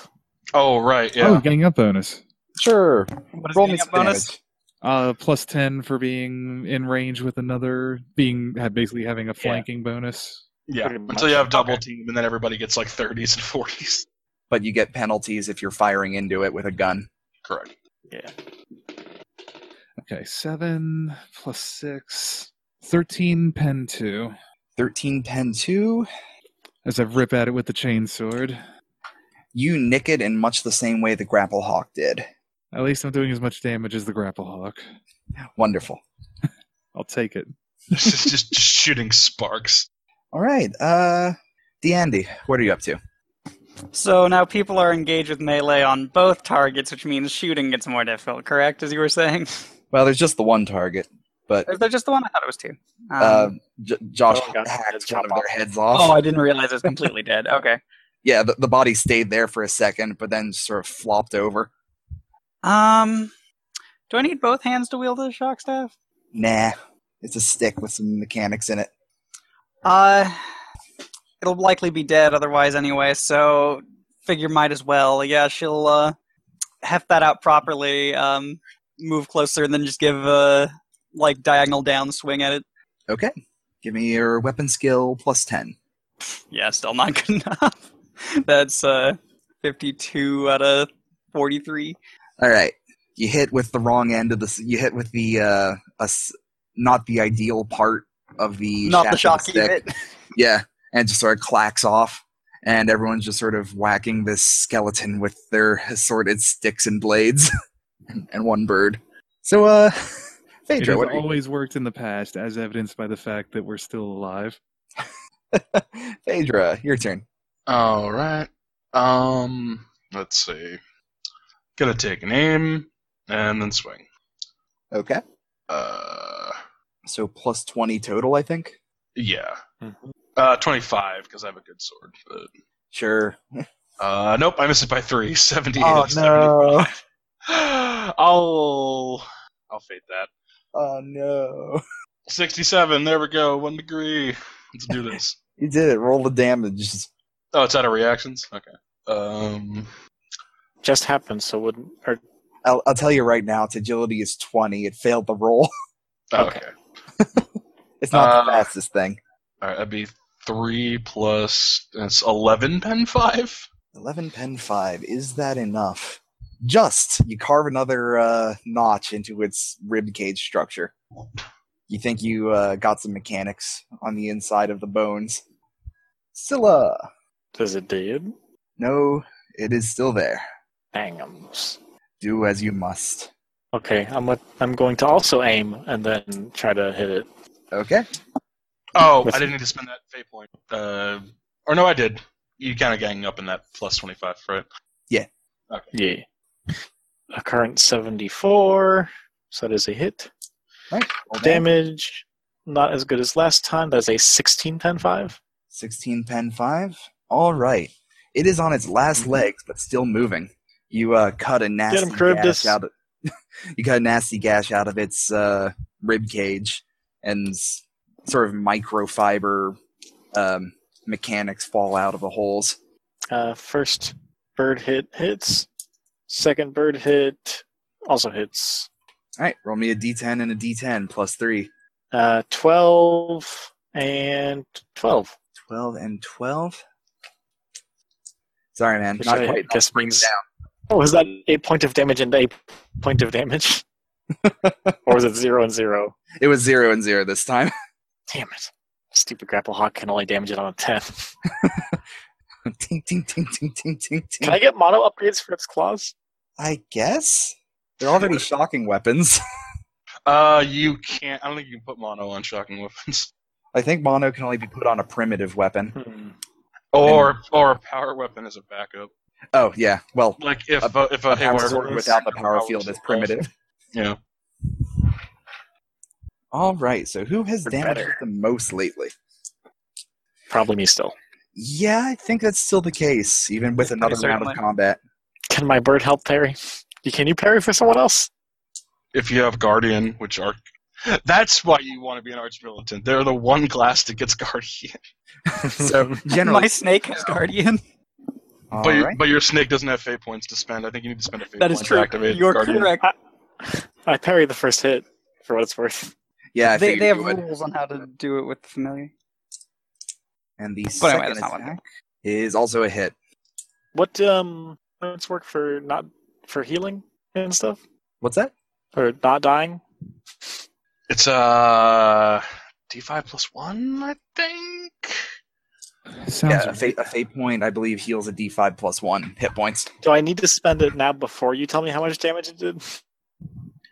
C: Oh right, yeah.
D: Oh, gang up bonus.
A: Sure.
B: What is
A: Roll
B: the
A: me some
B: bonus?
A: damage.
D: Uh, plus 10 for being in range with another, being had basically having a flanking bonus.
C: yeah.
E: pretty much.
C: Until you have double
E: Okay.
C: team, and then everybody gets like thirties and forties.
A: But you get penalties if you're firing into it with a gun.
C: Correct.
D: Okay, 7 plus 6. 13 pen 2.
A: 13 pen 2.
D: As I rip at it with the chainsword.
A: You nick it in much the same way the grapple hawk did.
D: At least I'm doing as much damage as the grapple hawk.
A: Wonderful.
D: I'll take it.
C: This is just, just shooting sparks.
A: All right. Uh, D'Andy, what are you up to?
B: So now people are engaged with melee on both targets, which means shooting gets more difficult. Correct, as you were saying.
A: Well, there's just the one target, but
B: Is that just the one? I thought it was two. Um,
A: uh, J- Josh
E: Oh, God.
A: hacked
E: Heads
A: one of
E: chop
A: their heads off.
B: oh, I didn't realize it was completely dead. Okay.
A: yeah, the, the body stayed there for a second, but then sort of flopped over.
B: Um, do I need both hands to wield the shock staff?
A: Nah, it's a stick with some mechanics in it.
B: Uh, it'll likely be dead otherwise anyway, so figure might as well. Yeah, she'll uh, heft that out properly, um, move closer, and then just give a like diagonal down swing at it.
A: Okay, give me your weapon skill plus ten.
B: Yeah, still not good enough. That's uh, 52 out of 43.
A: All right, you hit with the wrong end of the. s- You hit with the uh, a s not the ideal part of the
B: Not the
A: shaft of
B: shocky
A: stick.
B: bit.
A: Yeah, and it just sort of clacks off, and everyone's just sort of whacking this skeleton with their assorted sticks and blades, and one bird. So, uh,
D: It
A: Phaedra,
D: has
A: what are you,
D: always worked in the past, as evidenced by the fact that we're still alive.
A: Phaedra, your turn.
C: All right. Um, let's see. Gonna take an aim and then swing.
A: Okay,
C: Uh,
A: so plus twenty total, I think.
C: yeah. Uh, twenty-five because I have a good sword. But
A: Sure.
C: Uh, nope, I missed it by three. 78
A: Oh,
C: out of 75. I'll I'll fade that.
A: Oh no.
C: Sixty-seven. There we go. One degree. Let's do this.
A: You did it. Roll the damage.
C: oh, it's out of reactions. Okay. Um.
E: Just happened, so wouldn't. Or,
A: I'll, I'll tell you right now, its agility is 20. It failed the roll.
C: Okay.
A: It's not the
C: Uh,
A: fastest thing.
C: All right. That'd be three plus. That's eleven. Pen five.
A: 11 pen 5. Is that enough? Just. You carve another uh, notch into its rib cage structure. You think you uh, got some mechanics on the inside of the bones. Scylla.
E: is it dead?
A: No, it is still there.
E: Bangums.
A: Do as you must.
E: Okay, I'm with, I'm going to also aim and then try to hit it.
A: Okay.
C: Oh, I
E: Listen.
C: didn't need to spend that fate point. Uh, or no, I did. You kind of ganging up in that plus twenty-five, right?
E: Yeah. A current 74, so that is a hit.
A: Roll damage.
E: Damage, not as good as last time. That is a 16 pen 5.
A: 16 pen 5. All right. It is on its last legs, but still moving. You uh, cut a nasty
E: Charybdis.
A: gash out of you cut a nasty gash out of its uh, rib cage, and s- sort of microfiber um, mechanics fall out of the holes.
E: Uh, first bird hit hits. Second bird hit also hits.
A: All right, roll me a d10 and a d10 plus three.
E: Uh, 12 and 12.
A: 12 and 12. Sorry, man.
E: Which
A: Not
E: I
A: quite. I'll
E: guess
A: bring it
E: means-
A: down.
E: Oh, is that a point of damage and a point of damage? or was it 0 and 0?
A: It was zero and zero this time.
E: Damn it. Stupid grapple hawk can only damage it on a 10.
A: ting, ting, ting, ting, ting, ting, ting.
E: Can I get mono upgrades for its claws?
A: I guess they're already shocking weapons.
C: Uh, you can't. I don't think you can put mono on shocking weapons,
A: I think mono can only be put on a primitive weapon.
E: Hmm.
C: or or a power weapon as a backup.
A: Oh yeah, well,
C: Like if
A: A-
C: a, if a,
A: a power
C: Haywire
A: sword
C: was-
A: without the power field is
C: sword.
A: primitive.
C: Yeah.
A: All right, so who has
E: Or
A: damaged
E: better.
A: it the most lately?
E: Probably me still.
A: Yeah, I think that's still the case, even with another round of
B: certainly.
A: combat.
E: Can my bird help parry? You- Can you parry for someone else?
C: if you have Guardian, which are that's why you want to be an arch militant. They're the one class that gets Guardian,
A: So generally,
B: My snake has guardian.
A: all
C: but, you-
A: right.
C: but your snake doesn't have fate points to spend. I think you need to spend a fate
B: That
C: point
B: is true.
C: to activate
B: You're
C: Guardian.
B: correct.
E: I parry the first hit, for what it's worth.
A: yeah, Ah, I
B: they,
A: figured
B: they have
A: you would.
B: rules on how to do it with the familiar.
A: And the
B: But anyway,
A: second
B: that's not what
A: attack is also a hit.
E: What um it's work for not for healing and stuff?
A: What's that?
E: Or not dying?
C: It's uh D5 plus one, I think.
D: Sounds
A: yeah, a fate, a fate point, I believe, heals a D5 plus one hit points.
E: Do I need to spend it now before you tell me how much damage it did?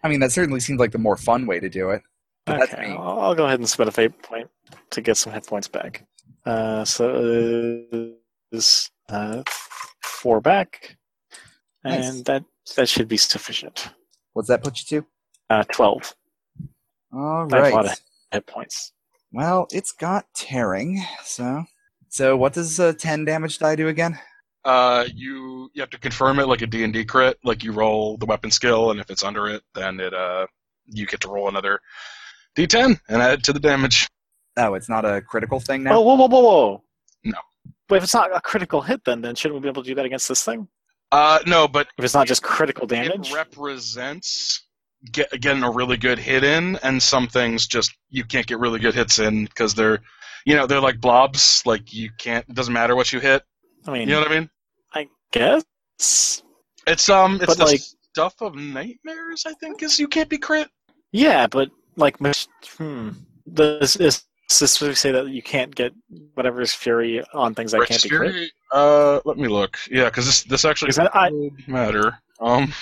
A: I mean, that certainly seems like the more fun way to do it. But that's
E: Okay,
A: me.
E: I'll, I'll go ahead and spend a fate point to get some hit points back. Uh, so it is uh, four back, and
A: Nice.
E: that that should be sufficient.
A: What's that put you to?
E: Uh, Twelve
A: All
E: That's a lot
A: right.
E: hit points.
A: Well, it's got tearing, so so what does a ten damage die do again?
C: Uh, you you have to confirm it like a D and D crit. Like you roll the weapon skill, and if it's under it, then it uh you get to roll another D10 and add it to the damage.
A: Oh, it's not a critical thing
E: Oh,
A: now.
E: whoa, whoa, whoa, whoa!
C: No.
E: But if it's not a critical hit, then then shouldn't we be able to do that against this thing?
C: Uh, no, but
E: If it's not just critical damage,
C: It represents get, getting a really good hit in, and some things just you can't get really good hits in because they're, you know, they're like blobs. Like you can't. It doesn't matter what you hit.
E: I mean,
C: You know what I mean?
E: I guess.
C: It's um, it's
E: But,
C: the
E: like-
C: stuff of nightmares. I think is you can't be crit.
E: Yeah, but like, mis- hmm. Does is specifically say that you can't get whatever's fury on things that can't be crit?
C: Uh, let me look. Yeah, because this this actually
E: Is that- I-
C: would matter. Um,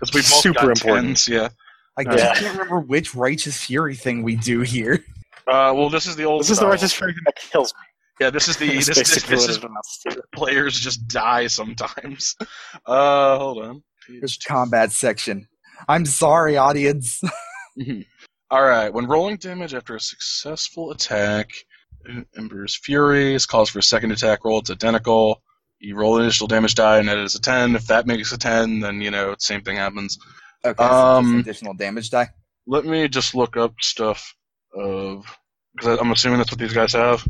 C: because we both
E: Super
C: got
E: important.
C: 10s, yeah.
A: I
E: Yeah.
A: just can't remember which righteous fury thing we do here.
C: Uh, well, this is the old.
E: This is the
C: style.
E: righteous fury that kills me.
C: Yeah, this is the this,
E: That's
C: this,
E: basically
C: this
E: what
C: is
E: it amounts to.
C: players just die sometimes. Uh, hold on.
A: There's combat section. I'm sorry, audience.
C: Mhm. All right. When rolling damage after a successful attack, Ember's Fury is calls for a second attack roll. It's identical. You roll the initial damage die, and that is a ten. If that makes a ten, then you know same thing happens.
A: Okay, so just
C: Um,
A: additional damage die.
C: Let me just look up stuff of because I'm assuming that's what these guys have.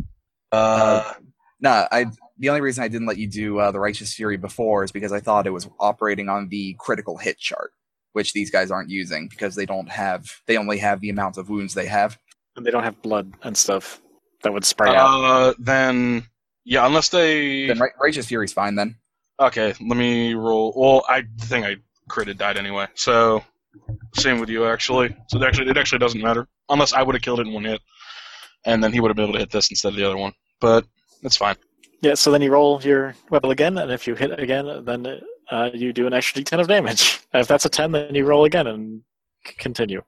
C: Uh,
A: No, I. The only reason I didn't let you do uh, the righteous fury before is because I thought it was operating on the critical hit chart, which these guys aren't using because they don't have. They only have the amount of wounds they have.
E: And they don't have blood and stuff that would spray out.
C: uh, then yeah, unless they
A: Then ri- righteous fury's fine then.
C: Okay, let me roll. Well, I think I critted died anyway, so same with you actually. So it actually, it actually doesn't matter unless I would have killed it in one hit, and then he would have been able to hit this instead of the other one. But that's fine.
E: Yeah, so then you roll your weapon again, and if you hit again, then uh, you do an extra d10 of damage. And if that's a 10, then you roll again and c- continue.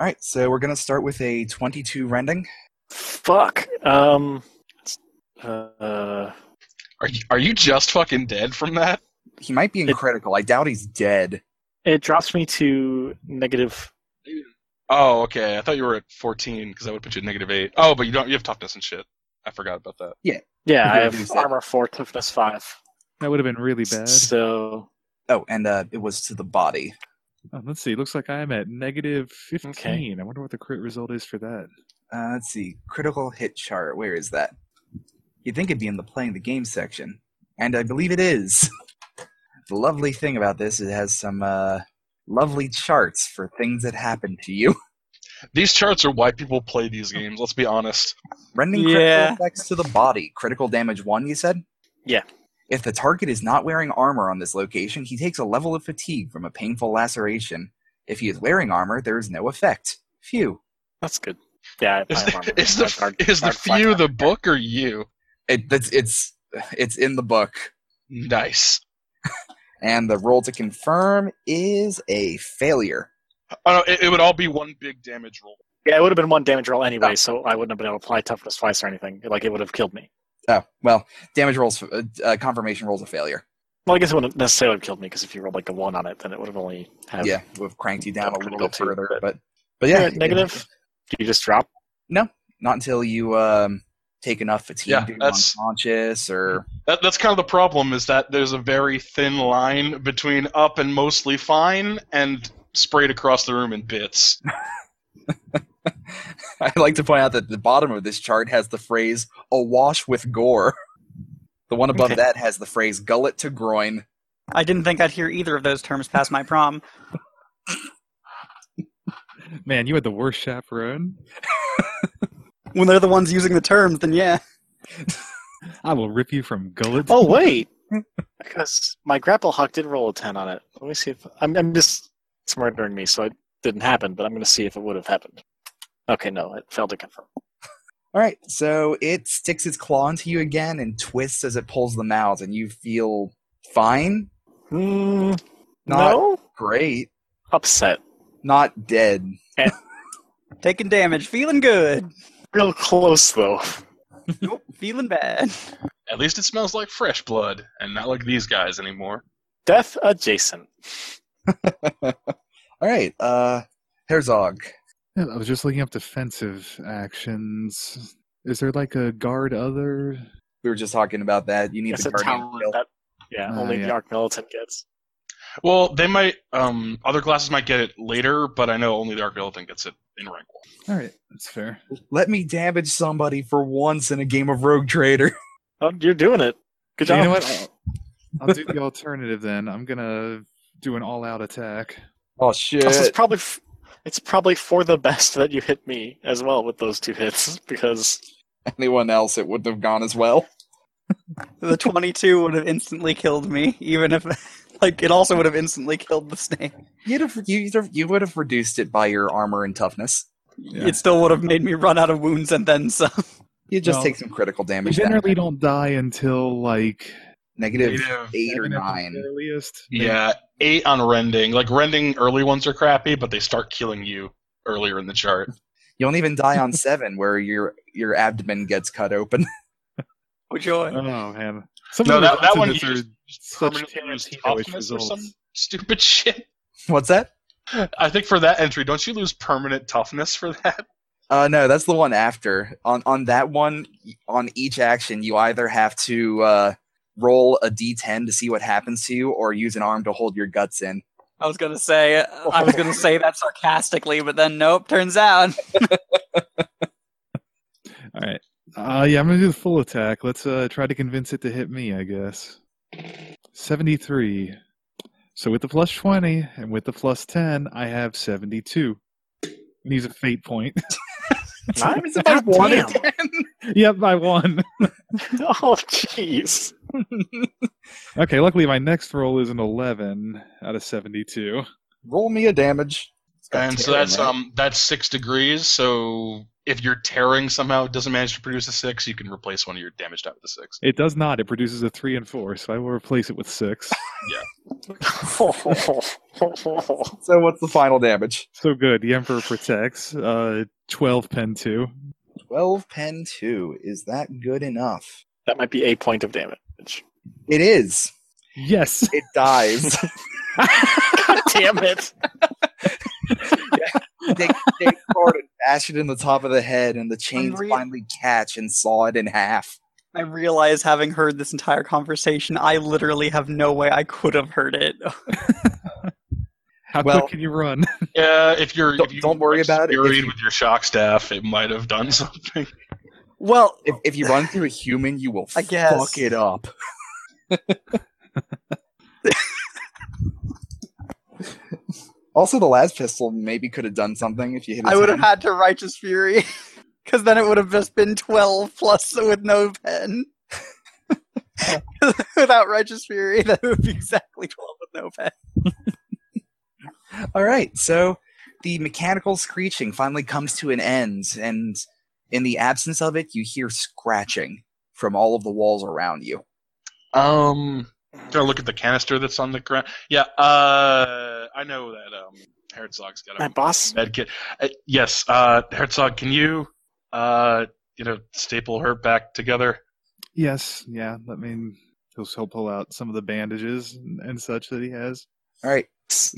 A: All right, so we're gonna start with a twenty-two rending.
E: Fuck. Um. it's- Uh,
C: Are you, are you just fucking dead from that?
A: He might be in
E: It-
A: critical. I doubt he's dead.
E: it drops me to negative.
C: Oh, okay. I thought you were at fourteen because that would put you at negative eight. Oh, but you don't. You have toughness and shit. I forgot about that.
E: Yeah, I
A: Reduce
E: have
A: it.
E: armor four, toughness five.
D: that would have been really bad.
E: So
A: Oh, and uh, it was to the body.
D: Oh, let's see. Looks like I'm at negative 15.
E: Okay.
D: I wonder what the crit result is for that.
A: Uh, let's see, critical hit chart. Where is that? You'd think it'd be in the playing the game section, and I believe it is. The lovely thing about this, it has some uh, lovely charts for things that happen to you.
C: These charts are why people play these
E: Hmm.
C: games. Let's be honest.
A: Rending
B: Yeah.
A: critical effects to the body. Critical damage one, you said?
E: Yeah.
A: If the target is not wearing armor on this location, he takes a level of fatigue from a painful laceration. If he is wearing armor, there is no effect. Phew.
E: that's good. Yeah,
C: Is
E: I remember.
C: the, is the,
E: Dark-
C: is the
E: Dark Black
C: few the
E: Armor.
C: book or you?
A: It, that's it's it's in the book,
C: Nice.
A: and the roll to confirm is a failure.
C: Oh, no, it, it would all be one big damage roll.
E: Yeah, it would have been one damage roll anyway, so I wouldn't have been able to apply toughness twice or anything. Like it would have killed me.
A: Oh well, damage rolls, uh, uh, confirmation rolls a failure.
E: Well, I guess it wouldn't necessarily have killed me because if you rolled like a one on it, then it would have only had
A: Yeah, would have cranked you down a
E: Could've
A: little
E: built
A: bit
E: two,
A: further,
E: but-
A: but but yeah,
E: Alright, negative.
A: it-
E: Do you just drop?
A: not until you um, take enough fatigue
C: Yeah,
A: to go
C: that's-
A: unconscious or
C: That, that's kind of the problem is that there's a very thin line between up and mostly fine and sprayed across the room in bits.
A: I'd like to point out that the bottom of this chart has the phrase awash with gore. The one above
E: Okay.
A: that has the phrase gullet to groin.
B: I didn't think I'd hear either of those terms past my prom.
D: Man, you had the worst chaperone.
B: When they're the ones using the terms, then yeah.
D: I will rip you from gullet.
E: Oh wait, because my grapple hawk did roll a ten on it. Let me see if I'm. I'm just it's murdering me, so it didn't happen. But I'm going to see if it would have happened. Okay, no, it failed to confirm.
A: All right, so it sticks its claw into you again and twists as it pulls them out, and you feel fine,
E: Hmm.
A: Not-
E: no,
A: great,
E: upset.
A: not dead.
B: Taking damage, feeling good.
E: Real close though.
B: nope, feeling bad.
C: At least it smells like fresh blood and not like these guys anymore.
E: Death adjacent.
A: All right, uh, Herzog.
D: Yeah, I was just looking up defensive actions. Is there like a guard other?
A: We were just talking about that. You need
E: It's
A: the
E: a
A: guardian
E: talent
A: skill.
E: that yeah,
D: Ah,
E: only
D: yeah.
E: the arc militant gets.
C: Well, they might. Um, other classes might get it later, but I know only the Archvalitan gets it in rank one.
D: All right, that's fair.
A: Let me damage somebody for once in a game of Rogue Trader.
E: Oh, you're doing it. Good job. Oh,
D: You know what? I'll, I'll do the alternative then. I'm gonna do an all-out attack.
A: Oh shit!
E: Also, it's probably f- it's probably for the best that you hit me as well with those two hits because
A: Anyone else, it wouldn't have gone as well.
B: The 22 would have instantly killed me, even if, like, it also would have instantly killed the snake.
A: You'd have you you'd have, you would have reduced it by your armor and toughness.
D: Yeah.
B: It still would have made me run out of wounds and then some.
A: You just
D: No.
A: take some critical
D: We
A: damage.
D: generally
A: down.
D: don't die until like
A: Negative
C: Negative
A: eight or
D: seven at the
A: nine.
D: earliest.
C: Yeah, eight on rending. Like rending early ones are crappy, but they start killing you earlier in the chart.
A: You don't even die on seven, where your your abdomen gets cut open.
B: Oh, joy.
D: Oh man. Some
C: No,
D: of the
C: that, that one
D: alternatives
C: you
D: are
C: just
D: such
C: permanently lose
D: Tarantino-ish
C: toughness or some
D: results.
C: stupid shit.
A: What's that?
C: I think for that entry, don't you lose permanent toughness for that?
A: Uh, no, that's the one after. On on that one, on each action, you either have to uh, roll a d10 to see what happens to you, or use an arm to hold your guts in.
B: I was gonna say I was gonna say that sarcastically, but then nope. Turns out
D: All right. Uh, yeah, I'm gonna do the full attack. Let's uh, try to convince it to hit me. I guess. Seventy-three. So with the plus twenty and with the plus ten, I have seventy-two. And he's a fate point.
E: Nine?
A: Is it by
E: God
A: one
E: damn.
A: again?
D: yep, I won.
E: oh jeez.
D: Okay, luckily my next roll is an eleven out of seventy-two.
A: Roll me a damage. It's got
C: And so
A: tearing,
C: that's
A: right?
C: um that's six degrees. So if you're tearing somehow it doesn't manage to produce a six, you can replace one of your damage die with a six.
D: It does not. It produces a three and four, so I will replace it with six.
A: So what's the final damage?
D: so good. The Emperor protects. Uh, twelve pen two.
A: Twelve pen two. Is that good enough?
E: that might be a point of damage.
A: It is.
D: Yes.
A: It dies.
E: God damn it.
A: they they hard and bash it in the top of the head, and the chains
B: Unreal.
A: finally catch and saw it in half.
B: I realize, having heard this entire conversation, I literally have no way I could have heard it.
D: How
A: Well-
D: quick can you run?
C: Yeah, if you're
A: Don't-
C: if you
A: don't worry
C: like,
A: about it.
C: Buried
A: If you-
C: with your shock staff, it might have done something.
B: Well,
A: If, if you run through a human, you will
B: I guess.
A: fuck it up. also, the last pistol maybe could have done something if you hit.
B: I
A: its
B: would have
A: hand.
B: had to righteous fury, because then it would have just been twelve plus with no pen. Without righteous fury, that would be exactly twelve with no pen.
A: All right, so the mechanical screeching finally comes to an end, and in the absence of it, you hear scratching from all of the walls around you.
C: Um, gotta look at the canister that's on the ground. Yeah, uh, I know that um, Herzog's got
E: My
C: a
E: boss.
C: med kit. Uh, yes, uh, Herzog, can you, uh, you know, staple her back together?
D: Yes, yeah. I mean, he'll, he'll pull out some of the bandages and, and such that he has.
A: All right,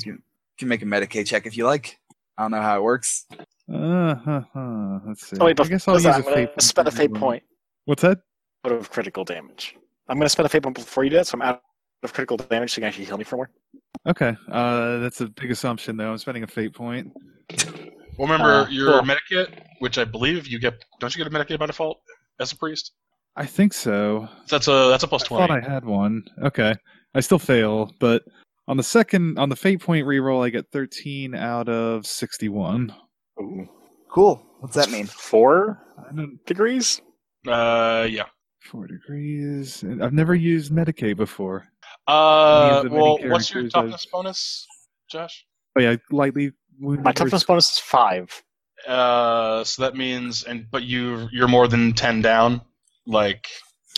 A: you can make a Medicaid check if you like. I don't know how it works.
D: Uh, huh, huh. Let's see.
E: Oh wait,
D: I
E: but
D: guess I'll use
E: I'm
D: a
E: gonna
D: fate.
E: spend a fate
D: one.
E: point
D: What's that?
E: out of critical damage. I'm gonna spend a fate point before you do that, so I'm out of critical damage. So you can actually heal me for more.
D: Okay, uh, that's a big assumption though. I'm spending a fate point.
C: Well, remember
E: Uh,
C: your
E: cool.
C: medikit, which I believe you get. Don't you get a medikit by default as a priest?
D: I think so.
C: That's a that's a plus
D: I
C: twenty.
D: thought I had one. Okay, I still fail, but on the second on the fate point reroll, I get 13 out of 61.
E: Ooh.
A: Cool. What's that mean?
E: Four
D: I don't
E: degrees.
C: Uh, yeah.
D: four degrees. and I've never used Medicaid before.
C: Uh,
D: the many
C: well, what's your toughness
D: characters
C: bonus, Josh?
D: Oh yeah, lightly wounded.
E: My
D: or
E: toughness bonus is five.
C: Uh, so that means, and but you you're more than ten down. Like,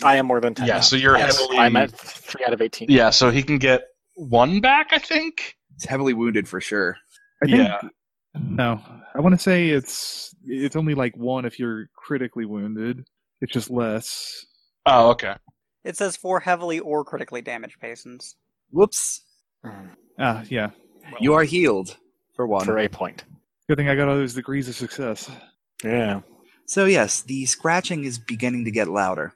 E: I am more than ten.
C: yeah.
E: now.
C: So you're
E: Yes,
C: heavily.
E: I'm at three out of eighteen.
C: Yeah, so he can get one back, I think.
A: It's heavily wounded for sure.
D: I think,
C: Yeah.
A: Mm.
D: No, I want to say it's it's only like one if you're critically wounded. It's just less.
C: Oh, okay.
B: It says for heavily or critically damaged patients.
A: Whoops.
D: Ah, yeah.
A: You are healed for one.
E: Mm, for a point.
D: Good thing I got all those degrees of success.
E: Yeah.
A: So yes, the scratching is beginning to get louder.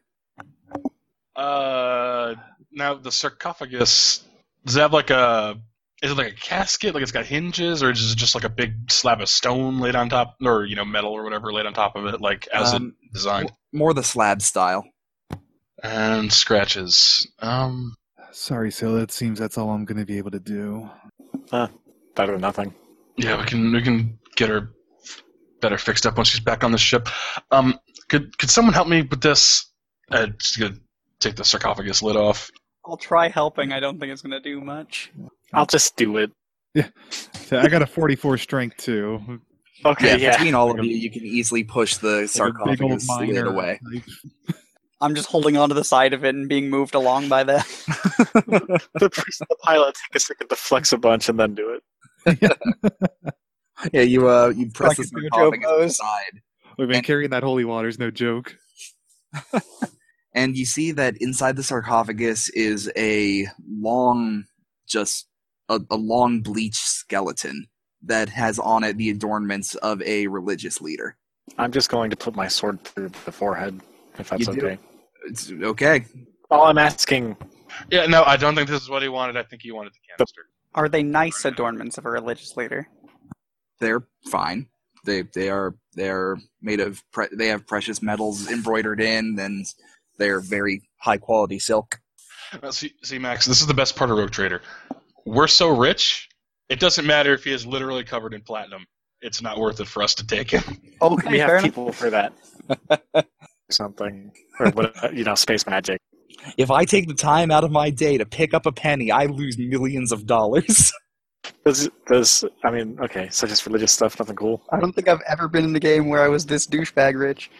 C: Uh, now the sarcophagus does it have like a is it like a casket? Like it's got hinges, or is it just like a big slab of stone laid on top, or you know, metal or whatever laid on top of it, like as it
A: Um,
C: designed?
A: more the slab style.
C: And scratches. Um,
D: Sorry, Scylla. It seems that's all I'm going to be able to do.
E: Better than nothing.
C: Yeah, we can we can get her better fixed up once she's back on the ship. Um, could could someone help me with this? Uh, just gonna take the sarcophagus lid off.
B: I'll try helping. I don't think it's gonna do much.
E: I'll just do it.
D: So I got a 44 strength too.
E: Okay. Yeah.
A: Between all of
D: Like a-
A: you, you can easily push the
D: Like a big old
A: sarcophagus lid
D: miner.
A: away.
D: Like,
B: I'm just holding onto the side of it and being moved along by the.
E: the, priest and the pilot take a second to flex a bunch and then do it.
A: Yeah, you uh, you press
B: Like a
A: the
B: Jojo
A: sarcophagus
B: pose.
A: aside,
D: Look, man, carrying that holy water is no joke.
A: and you see that inside the sarcophagus is a long, just a, a long bleached skeleton that has on it the adornments of a religious leader.
E: I'm just going to put my sword through the forehead, if that's
A: You do.
E: okay.
A: It's, okay,
E: All I'm asking,
C: Yeah, no, I don't think this is what he wanted. I think he wanted the canister.
B: Are they nice adornments of a religious leader?
A: they're fine. They they are they're made of pre- they have precious metals embroidered in, and they're very high quality silk.
C: Uh, see, see, Max, this is the best part of Rogue Trader. We're so rich, it doesn't matter if he is literally covered in platinum. It's not worth it for us to take him.
A: Oh,
B: Okay,
E: we
B: fair
E: have
B: enough.
E: people for that. Something. Or, what, you know, space magic.
A: If I take the time out of my day to pick up a penny, I lose millions of dollars.
E: Does, does, I mean, okay, so just religious stuff, nothing cool.
B: I don't think I've ever been in a game where I was this douchebag rich.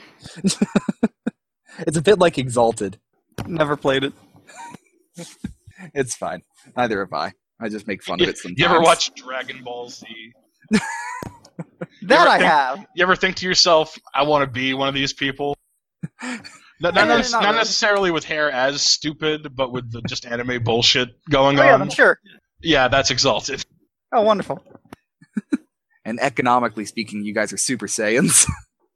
A: it's a bit like Exalted.
B: Never played it.
A: It's fine. Neither have I. I just make fun
C: You,
A: of it sometimes.
C: you ever watch Dragon Ball Z?
B: That I
C: think-
B: have.
C: You ever think to yourself, I want to be one of these people? Not, not,
B: Eh, not
C: nec- not
B: really.
C: necessarily with hair as stupid, but with the just anime bullshit going
B: Oh, yeah,
C: on.
B: I'm sure.
C: Yeah, that's exalted.
B: Oh, wonderful.
A: And economically speaking, you guys are Super Saiyans.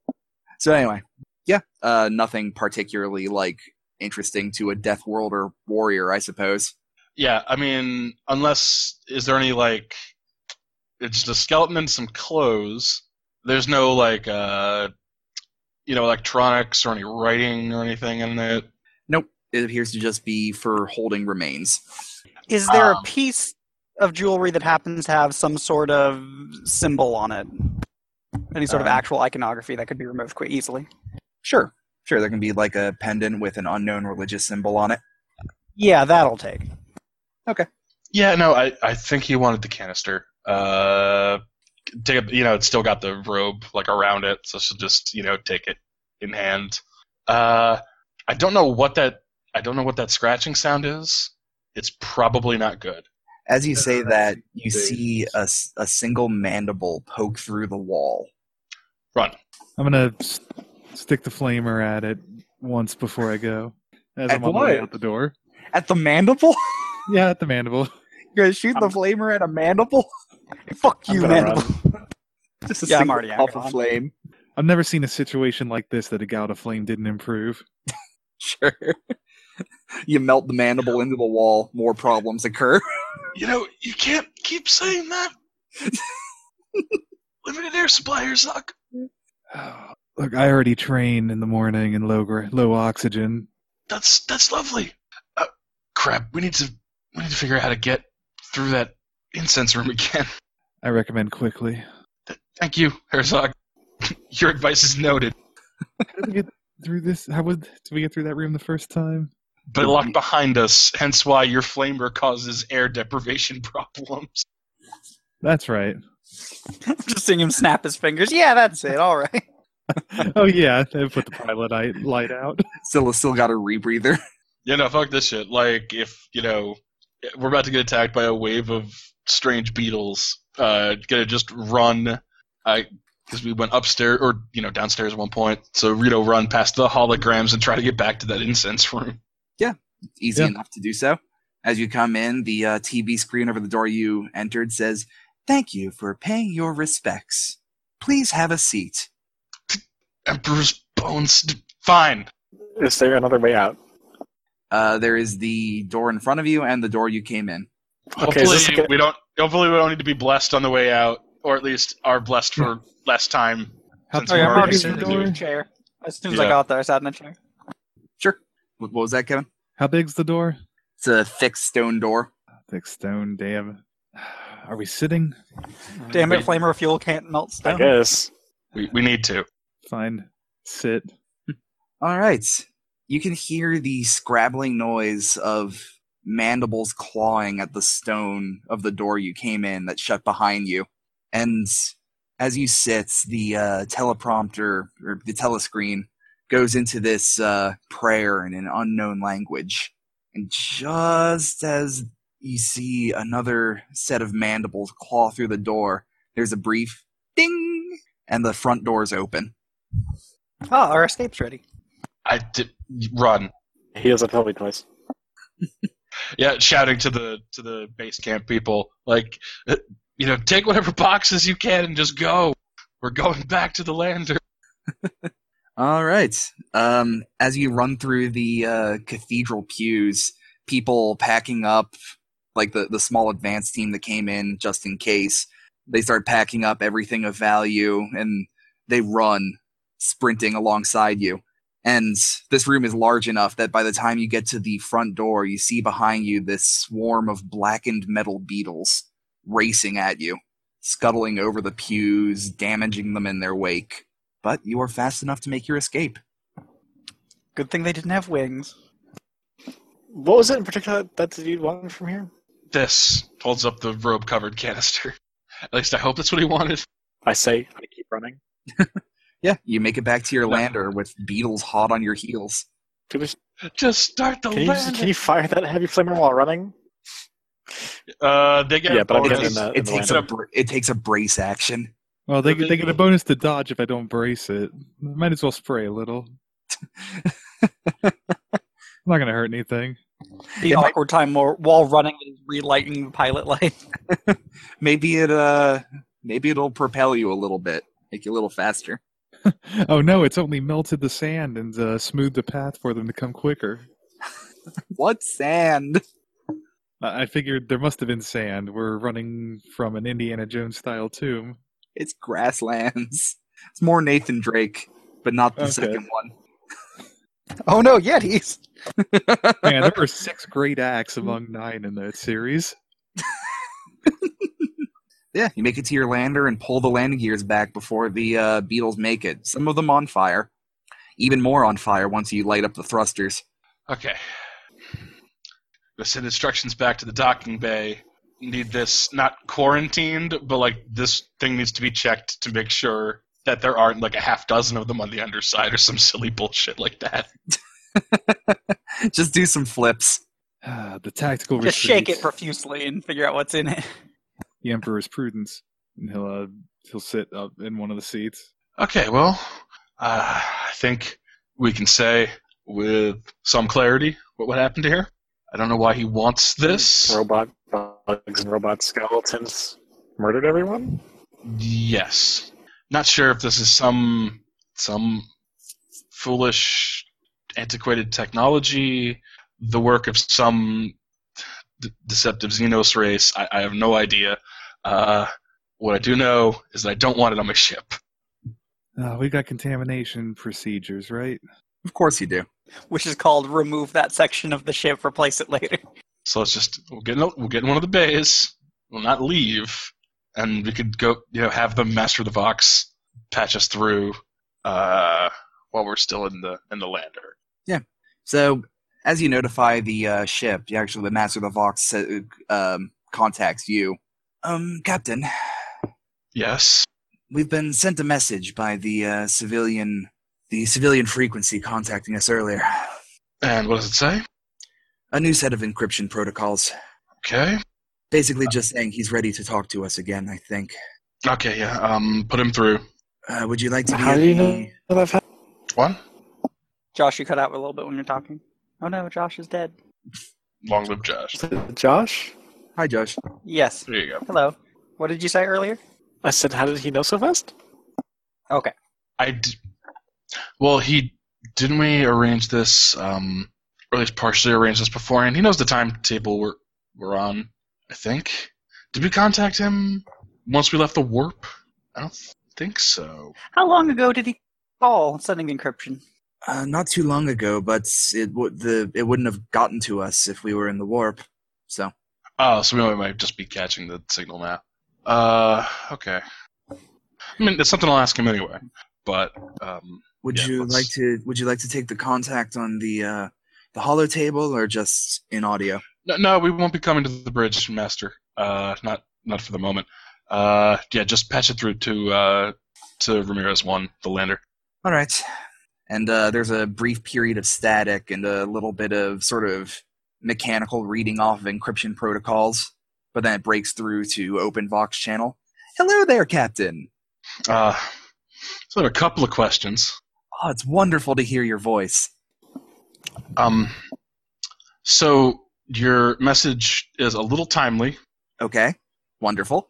A: so anyway, yeah, uh, nothing particularly like interesting to a Death World or warrior, I suppose.
C: Yeah, I mean, unless is there any like it's the skeleton and some clothes. There's no like uh you know, electronics or any writing or anything in it.
A: It appears to just be for holding remains.
B: Is there
C: Um,
B: a piece of jewelry that happens to have some sort of symbol on it? Any sort of
A: Um,
B: actual iconography that could be removed quite easily?
A: Sure, sure. There can be like a pendant with an unknown religious symbol on it.
B: Yeah, that'll take.
C: Yeah, no, I, I think he wanted the canister. Uh take a, you know, it's still got the robe like around it, so she'll just you know take it in hand. Uh, I don't know what that I don't know what that scratching sound is. It's probably not good.
A: As you say
E: Uh,
A: that, you see a, s- a single mandible poke through the wall.
C: Run.
D: I'm gonna s- stick the flamer at it once before I go. As
A: At
D: I'm on my way
A: what?
D: out the door.
A: At the mandible?
D: Yeah, at the mandible.
A: You're gonna shoot the flamer at a mandible? Fuck
E: I'm
A: you,
E: gonna
A: mandible. Just a
B: Yeah, I'm
A: single
B: already
A: puff
B: gone.
A: of flame.
D: I've never seen a situation like this that a gout of flame didn't improve.
A: Sure. you melt the mandible into the wall, more problems occur.
C: You know, you can't keep saying that. Limited air suppliers suck.
D: Look, I already train in the morning in low gra- low oxygen.
C: That's that's lovely. Uh, crap, we need to we need to figure out how to get through that incense room again.
D: I recommend quickly.
C: Thank you, Herzog. Your advice is noted.
D: How did we get through this? How would did we get through that room the first time?
C: But locked behind us, hence why your flamer causes air deprivation problems.
D: That's right.
B: Just seeing him snap his fingers. Yeah, that's it. All right.
D: oh yeah, they put the pilot light, light out.
A: Scylla still got a rebreather.
C: Yeah, no, fuck this shit. Like, if, you know, we're about to get attacked by a wave of strange beetles, uh, gonna just run. I. Because we went upstairs, or, you know, downstairs at one point. So, you know, run past the holograms and try to get back to that incense room.
A: easy
D: Yeah.
A: enough to do so. As you come in, the uh, TV screen over the door you entered says, Thank you for paying your respects. Please have a seat.
C: Emperor's bones. Fine.
E: Is there another way out?
A: Uh, there is the door in front of you and the door you came in.
E: Okay, is
C: hopefully
E: this like a-
C: we don't. Hopefully we don't need to be blessed on the way out, or at least are blessed for less time.
D: How
C: Since
B: Oh,
C: we're
B: yeah, I'm
D: far
B: already
D: is
C: sitting
D: the
B: sitting in
C: there.
D: door?
B: a chair. As soon as
C: Yeah.
B: I got there, I sat in a chair.
A: What what was that, Kevin?
D: How big's the door?
A: It's a thick stone door.
D: Thick stone. Damn. Are we sitting?
B: Mm-hmm. Damn it,
C: Wait.
B: flamer fuel can't melt
E: I
B: stone.
E: guess.
C: We, we need to.
D: Fine. Sit.
A: All right. You can hear the scrabbling noise of mandibles clawing at the stone of the door you came in that shut behind you. And as you sit, the uh, teleprompter or the telescreen goes into this uh, prayer in an unknown language. And just as you see another set of mandibles claw through the door, there's a brief ding, and the front door's open.
B: Oh, our escape's ready.
C: I did run.
E: He doesn't tell me twice.
C: Yeah, shouting to the to the base camp people, like, uh, you know, take whatever boxes you can and just go. We're going back to the lander.
A: All right. Um, as you run through the uh, cathedral pews, people packing up, like the, the small advance team that came in just in case, they start packing up everything of value and they run, sprinting alongside you. And this room is large enough that by the time you get to the front door, you see behind you this swarm of blackened metal beetles racing at you, scuttling over the pews, damaging them in their wake but you are fast enough to make your escape.
B: Good thing they didn't have wings.
E: What was it in particular that that you wanted from here?
C: This holds up the robe covered canister. At least I hope that's what he wanted.
E: I say, I keep running.
A: Yeah. You make it back to your
C: Yeah.
A: lander with beetles hot on your heels.
E: Can, we,
C: Just start the
E: can, you, just-
C: lander.
E: can you fire that heavy flamer while running?
C: Uh, they get
E: Yeah,
C: a
E: but I'm
A: It,
E: Yeah,
C: bonus.
E: getting
A: takes,
E: in the-
A: it,
E: in the
A: takes a, br- it takes a brace action.
D: Well, they,
C: Well,
D: they
C: they-
D: get a bonus to dodge if I don't brace it. Might as well spray a little. I'm not gonna hurt anything.
B: The awkward time more while running and relighting the pilot light.
A: Maybe it uh maybe it'll propel you a little bit, make you a little faster.
D: Oh no, it's only melted the sand and uh, smoothed the path for them to come quicker.
A: What sand?
D: I I figured there must have been sand. We're running from an Indiana Jones style tomb.
A: It's grasslands. It's more Nathan Drake, but not the
D: Okay.
A: second one.
B: Oh no, Yetis!
D: Man, there were six great acts among nine in that series.
A: Yeah, you make it to your lander and pull the landing gears back before the uh, beetles make it. Some of them on fire, even more on fire once you light up the thrusters.
C: Okay. Let's send instructions back to the docking bay. need this not quarantined, but like this thing needs to be checked to make sure that there aren't like a half dozen of them on the underside or some silly bullshit like that.
A: Just do some flips.
D: Ah, the tactical
B: Just
D: retreat.
B: shake it profusely and figure out what's in it.
D: the Emperor's prudence, and he'll uh, he'll sit up in one of the seats.
C: Okay, well, uh, I think we can say with some clarity what, what happened here. I don't know why he wants this.
E: Robot bugs and robot skeletons murdered everyone?
C: Yes. Not sure if this is some some foolish antiquated technology, the work of some d- deceptive Xenos race. I, I have no idea. Uh, what I do know is that I don't want it on my ship.
D: Uh, we got contamination procedures, right?
A: Of course you do.
B: which is called remove that section of the ship, replace it later.
C: So let's just we'll get in, we'll get in one of the bays. We'll not leave, and we could go you know have them master the Vox, patch us through uh, while we're still in the in the lander.
A: So, as you notify the uh, ship, you actually the master of the Vox sa- um, contacts you. Um, Captain,
C: Yes.
A: we've been sent a message by the uh, civilian, the civilian frequency contacting us earlier.
C: And what does it say?
A: A new set of encryption protocols,
C: Okay.
A: basically just saying he's ready to talk to us again. I think.
C: Okay, yeah. Um, put him through.
A: Uh, would you like to be?
E: How
A: at
E: do you
A: the-
E: know that I've had?
C: One.
B: Josh, you cut out a little bit when you're talking. Oh no, Josh is dead.
C: Long live Josh.
E: Josh?
A: Hi, Josh.
B: Yes.
C: There you go.
B: Hello. What did you say earlier?
E: I said, how did he know so fast?
C: I. D- well, he didn't we arrange this, um, or at least partially arrange this beforehand. He knows the timetable we're we're on. I think. Did we contact him once we left the warp? I don't think so.
B: How long ago did he call sending encryption?
A: Uh, not too long ago, but it w- the it wouldn't have gotten to us if we were in the warp. So
C: Oh, so we might just be catching the signal now. Uh, okay. I mean, it's something I'll ask him anyway. But um,
A: Would
C: Yeah,
A: you
C: let's-
A: like to would you like to take the contact on the uh the hollow table or just in audio?
C: No, no, we won't be coming to the bridge, Master. Uh, not not for the moment. Uh, yeah, just patch it through to uh, to Ramirez One, the lander.
A: All right. And uh there's a brief period of static and a little bit of sort of mechanical reading off of encryption protocols, but then it breaks through to open Vox channel. Hello there, Captain.
C: Uh, so I have a couple of questions.
A: Oh, it's wonderful to hear your voice.
C: Um, so your message is a little timely.
A: Okay. Wonderful.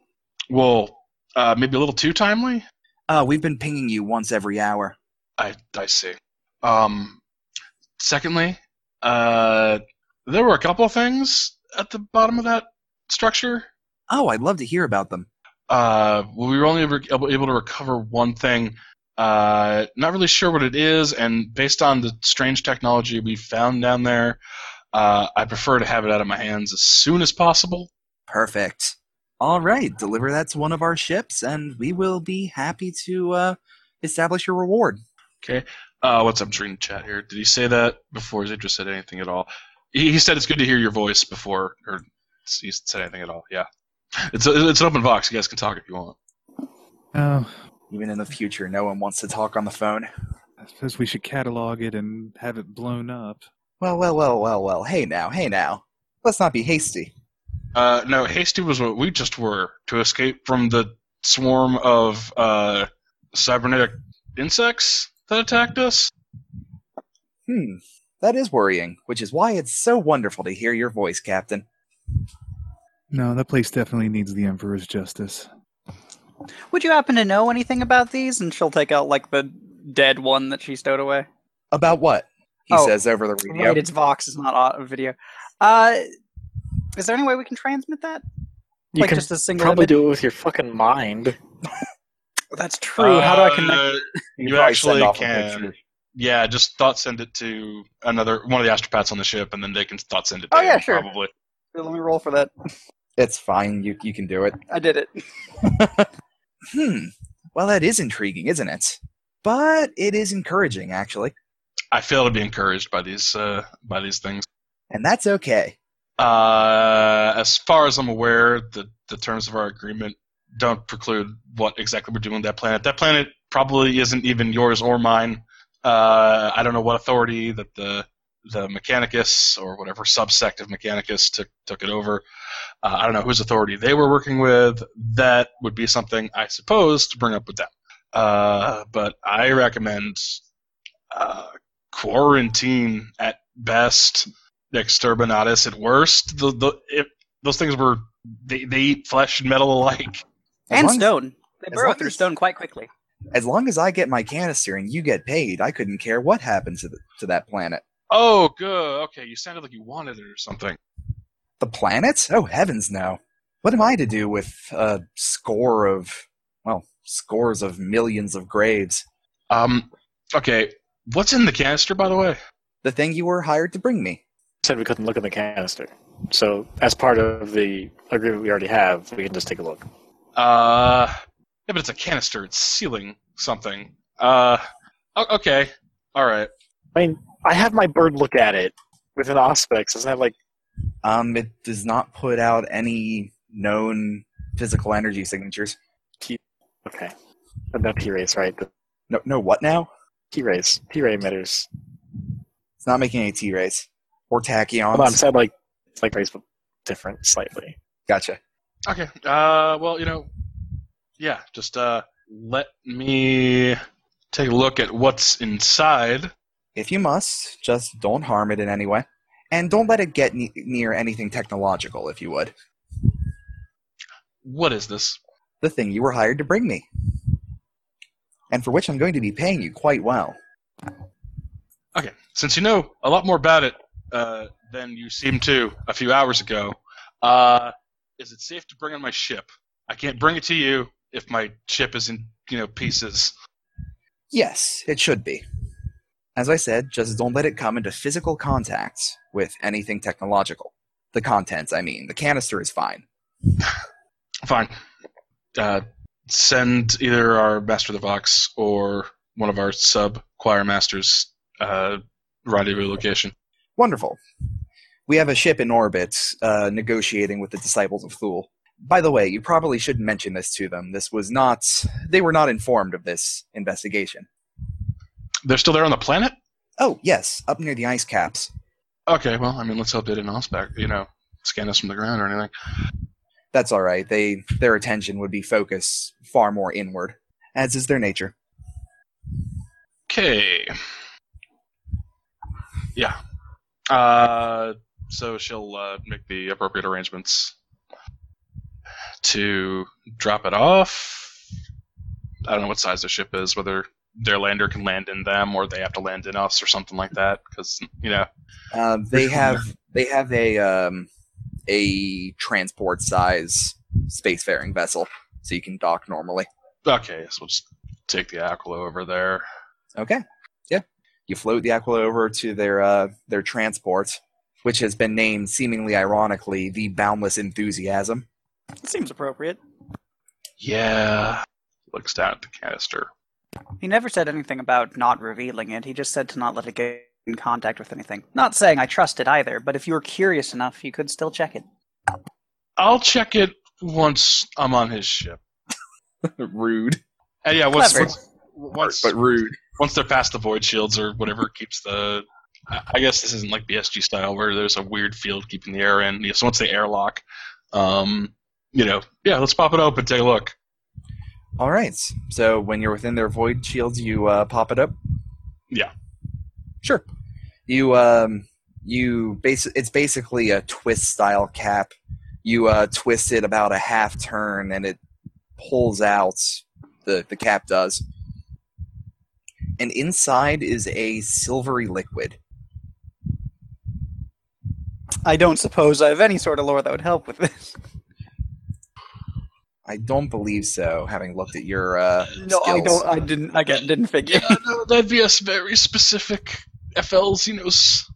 C: Well, uh, maybe a little too timely.
A: Uh we've been pinging you once every hour.
C: I I see. Um, secondly, uh, there were a couple of things at the bottom of that structure.
A: Oh, I'd love to hear about them.
C: uh, well, we were only ever able able to recover one thing. Uh, not really sure what it is, and based on the strange technology we found down there, uh, I prefer to have it out of my hands as soon as possible.
A: Perfect. All right, deliver that to one of our ships, and we will be happy to uh, establish your reward.
C: Uh, what's up, I'm just reading the chat here? Did he say that before Zidra said anything at all? He, he said it's good to hear your voice before, or he said anything at all. Yeah, it's a, it's an open box. You guys can talk if you want.
D: Oh,
A: Even in the future, no one wants to talk on the phone.
D: I suppose we should catalog it and have it blown up.
A: Well, well, well, well, well. Hey now, hey now. Let's not be hasty.
C: Uh, no, hasty was what we just were to escape from the swarm of uh, cybernetic insects that attacked us.
A: Hmm, that is worrying, which is why it's so wonderful to hear your voice, Captain.
D: No, that place definitely needs the Emperor's justice.
B: Would you happen to know anything about these? And she'll take out like the dead one that she stowed away.
A: About what? He
B: Oh,
A: says over the radio.
B: Right, it's Vox. It's not au- video. Uh, is there any way we can transmit that?
E: You
B: like
E: can
B: just a single.
E: probably
B: image? Oh,
E: do it with your fucking mind.
B: That's true. How do I connect?
C: Uh,
A: You
C: you
A: probably
C: actually
A: send off a
C: can.
A: picture.
C: yeah, just thought send it to another one of the astropaths on the ship, and then they can thought send it. To
B: Oh, yeah,
C: him,
B: sure.
C: Probably.
B: Let me roll for that.
A: It's fine. You you can do it.
B: I did it.
A: Hmm. Well, that is intriguing, isn't it? But it is encouraging, actually,
C: I fail to be encouraged by these uh, by these things.
A: and that's okay.
C: Uh, as far as I'm aware, the, the terms of our agreement don't preclude what exactly we're doing with that planet. That planet probably isn't even yours or mine. Uh, I don't know what authority that the the Mechanicus or whatever subsect of Mechanicus took took it over. Uh, I don't know whose authority they were working with. That would be something I suppose to bring up with them. Uh, but I recommend uh, quarantine at best, exterminatus at worst. The, the if those things were they, they eat flesh and metal alike.
A: As
B: and
A: long as-
B: stone. They
A: as
B: burrow
A: long
B: through
A: as-
B: stone quite quickly.
A: As long as I get my canister and you get paid, I couldn't care what happened to the, to that planet.
C: Oh, good. Okay, you sounded like you wanted it or something.
A: The planet? Oh heavens, no! What am I to do with a score of well, scores of millions of graves?
C: Um, okay. What's in the canister, by the way?
A: The thing you were hired to bring me.
E: Said we couldn't look in the canister. So, as part of the agreement we already have, we can just take a look.
C: Uh, yeah, but it's a canister. It's sealing something. Uh, o- okay. All right.
E: I mean, I have my bird look at it with an auspex. Doesn't that like?
A: Um, it does not put out any known physical energy signatures.
E: Okay, but no T rays, right? The
A: No, no, what now?
E: T rays, T ray emitters.
A: It's not making any T rays or tachyons.
E: Hold on, said like it's like rays, but different slightly.
A: Gotcha.
C: Okay. Uh, well, you know, yeah. Just uh, let me take a look at what's inside.
A: If you must, just don't harm it in any way, and don't let it get ne- near anything technological, if you would.
C: What is this?
A: The thing you were hired to bring me, and for which I'm going to be paying you quite well.
C: Okay. Since you know a lot more about it uh, than you seemed to a few hours ago, uh, is it safe to bring on my ship? I can't bring it to you if my ship is in you know pieces.
A: Yes, it should be. As I said, just don't let it come into physical contact with anything technological. The contents, I mean. The canister is fine.
C: Fine. Uh, send either our master of the Vox or one of our sub choir masters uh, rendezvous location.
A: Wonderful. We have a ship in orbit uh, negotiating with the Disciples of Thule. By the way, you probably should mention this to them. This was not. They were not informed of this investigation.
C: They're still there on the planet.
A: Oh, yes, up near the ice caps.
C: Okay. Well, I mean, let's hope they didn't ospec, you know, scan us from the ground or anything.
A: That's all right. They their attention would be focused far more inward, as is their nature.
C: Okay. Yeah. Uh, so she'll uh, make the appropriate arrangements to drop it off. I don't know what size the ship is, whether their lander can land in them or they have to land in us or something like that. Because you know,
A: Um, they
C: Which one?
A: have they have a um, a transport size spacefaring vessel, so you can dock normally.
C: okay, so we'll just take the Aquila over there.
A: Okay. Yeah. You float the Aquila over to their uh, their transport, which has been named seemingly ironically the Boundless Enthusiasm.
B: Seems appropriate.
C: Yeah. Looks down at the canister.
B: He never said anything about not revealing it. He just said to not let it get in contact with anything. Not saying I trust it either, but if you were curious enough, you could still check it.
C: I'll check it once I'm on his ship.
A: rude,
C: And yeah, once
B: Clever.
C: once, once
A: but rude.
C: once they're past the void shields or whatever keeps the I I guess this isn't like BSG style where there's a weird field keeping the air in. Yeah, So once they airlock, um, you know, yeah, let's pop it open, take a look.
A: All right. So when you're within their void shields, you uh, pop it up.
C: Yeah.
A: Sure. You um you base it's basically a twist style cap. You uh, twist it about a half turn, and it pulls out the the cap does. And inside is a silvery liquid.
B: I don't suppose I have any sort of lore that would help with this.
A: I don't believe so. Having looked at your uh,
B: No, I
A: skills.
B: don't. I didn't. Again, didn't figure.
C: no, that'd be a s- very specific FLs, you know. s-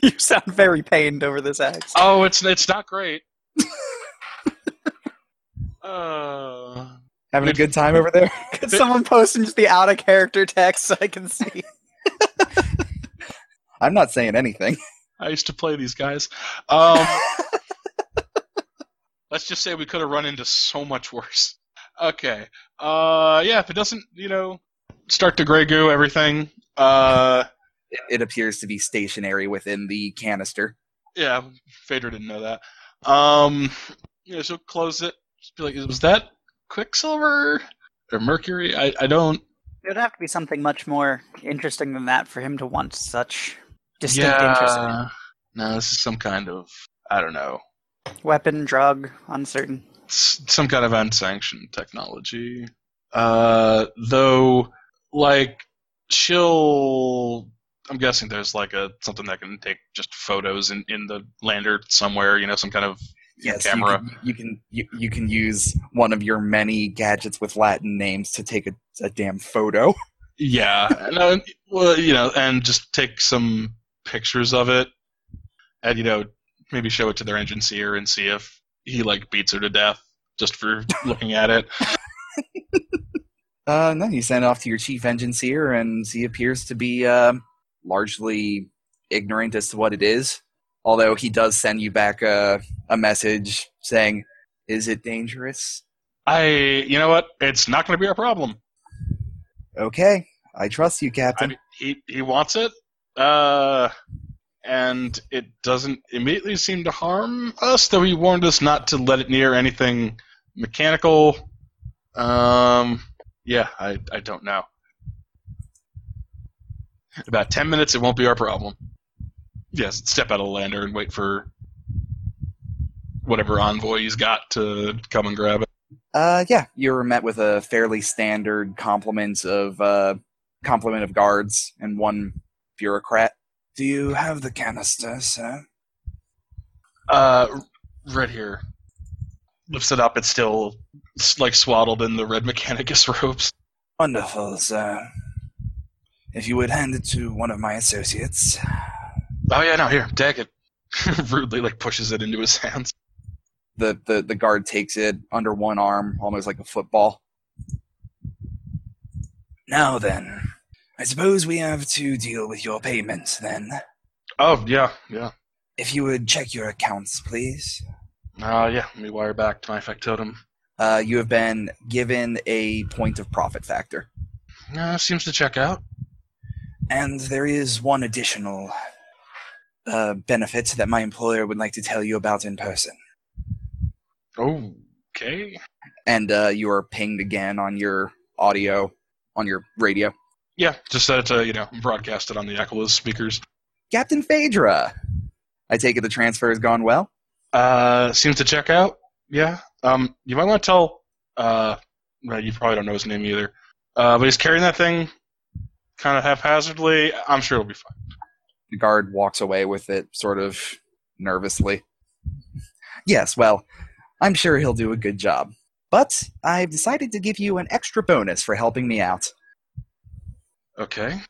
B: you sound very pained over this axe.
C: Oh, it's it's not great. uh,
A: having a good time over there.
B: Could someone post in just the out of character text so I can see?
A: I'm not saying anything.
C: I used to play these guys. Um, let's just say we could have run into so much worse. Okay. Uh, yeah, if it doesn't, you know, start to gray goo everything. Uh,
A: It, it appears to be stationary within the canister.
C: yeah, Phaedra didn't know that. Um, yeah, she'll close it. Just be like, was that Quicksilver or Mercury? I, I don't.
B: It would have to be something much more interesting than that for him to want such distinct interest. in it.
C: No, this is some kind of I don't know,
B: Weapon, drug, uncertain.
C: s- some kind of unsanctioned technology. Uh, though, like she'll. I'm guessing there's like a something that can take just photos in, in the lander somewhere. You know, some kind of
A: Yes,
C: camera.
A: You can you can, you, you can use one of your many gadgets with Latin names to take a, a damn photo.
C: Yeah, and, uh, well, you know, and just take some pictures of it, and you know, maybe show it to their engineer and see if he like beats her to death just for looking at it.
A: Uh, and then you send it off to your chief engineer, and he appears to be uh, largely ignorant as to what it is. Although he does send you back a, a message saying, "Is it dangerous?"
C: I, you know what? It's not going to be our problem.
A: Okay, I trust you,
C: I
A: Captain.
C: mean, he he wants it, uh, and it doesn't immediately seem to harm us. Though he warned us not to let it near anything mechanical. Um, yeah, I I don't know. In about ten minutes, it won't be our problem. Yes, step out of the lander and wait for whatever envoy he's got to come and grab it.
A: Uh, yeah, you were met with a fairly standard complement of uh, complement of guards and one bureaucrat. Do you have the canister, sir?
C: Uh, right here. Lifts it up. It's still s- like swaddled in the red mechanicus robes.
A: Wonderful, sir. If you would hand it to one of my associates,
C: Oh yeah, no, here, take it. Rudely, like pushes it into his hands.
A: the, the the guard takes it under one arm, almost like a football. Now then, I suppose we have to deal with your payment then.
C: Oh yeah, yeah.
A: If you would check your accounts, please.
C: Oh yeah. Let me wire back to my factotum.
A: uh, you have been given a point of profit factor.
C: No, Uh, seems to check out.
A: And there is one additional uh, benefit that my employer would like to tell you about in person.
C: Oh, okay.
A: And uh, you are pinged again on your audio, on your radio.
C: Yeah, just set it to you know broadcast it on the Aquila speakers.
A: Captain Phaedra! I take it the transfer has gone well?
C: Uh, seems to check out. Yeah. Um, you might want to tell. Uh, well, you probably don't know his name either. Uh, but he's carrying that thing, kind of haphazardly. I'm sure it'll be fine.
A: The guard walks away with it sort of nervously. Yes, well, I'm sure he'll do a good job. But I've decided to give you an extra bonus for helping me out.
C: Okay.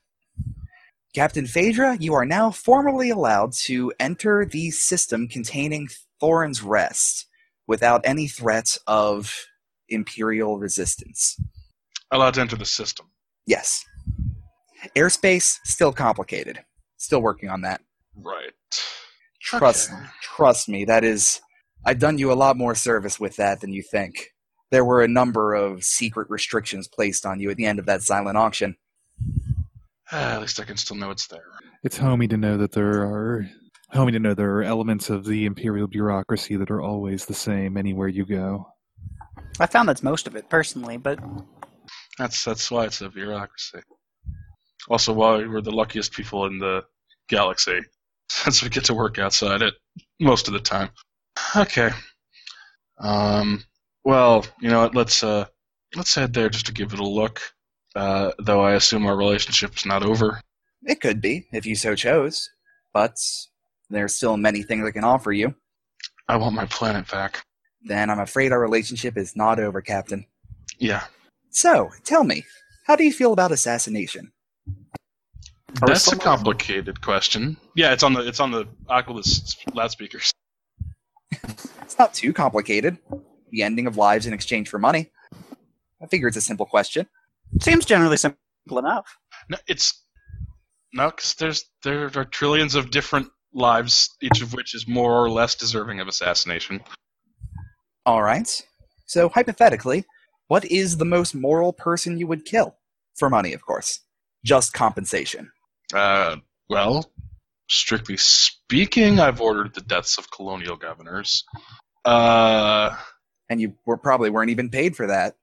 A: Captain Phaedra, you are now formally allowed to enter the system containing Thorin's Rest without any threat of Imperial resistance.
C: Allowed to enter the system.
A: Yes. Airspace, still complicated. Still working on that.
C: Right.
A: Trust,
C: Okay.
A: trust me, that is. I've done you a lot more service with that than you think. There were a number of secret restrictions placed on you at the end of that silent auction.
C: Ah, at least I can still know it's there.
D: It's homey to know that there are homey to know there are elements of the imperial bureaucracy that are always the same anywhere you go.
B: I found that's most of it personally, but
C: That's that's why it's a bureaucracy. Also, why we're the luckiest people in the galaxy, since we get to work outside it most of the time. Okay. Um. Well, you know what? Let's uh, let's head there just to give it a look. Uh, though I assume our relationship's not over.
A: It could be, if you so chose, but there's still many things I can offer you.
C: I want my planet back.
A: Then I'm afraid our relationship is not over, Captain.
C: Yeah.
A: So, tell me, how do you feel about assassination?
E: Are we
C: That's a
E: still-
C: complicated question. Yeah, it's on the it's on the Oculus loudspeakers.
A: It's not too complicated. The ending of lives in exchange for money. I figure it's a simple question.
B: seems generally simple enough.
C: No, it's No, 'cause there's there are trillions of different lives, each of which is more or less deserving of assassination.
A: All right. So hypothetically, what is the most moral person you would kill? For money, of course. Just compensation.
C: Uh, well, strictly speaking, I've ordered the deaths of colonial governors. Uh,
A: And you were probably weren't even paid for that.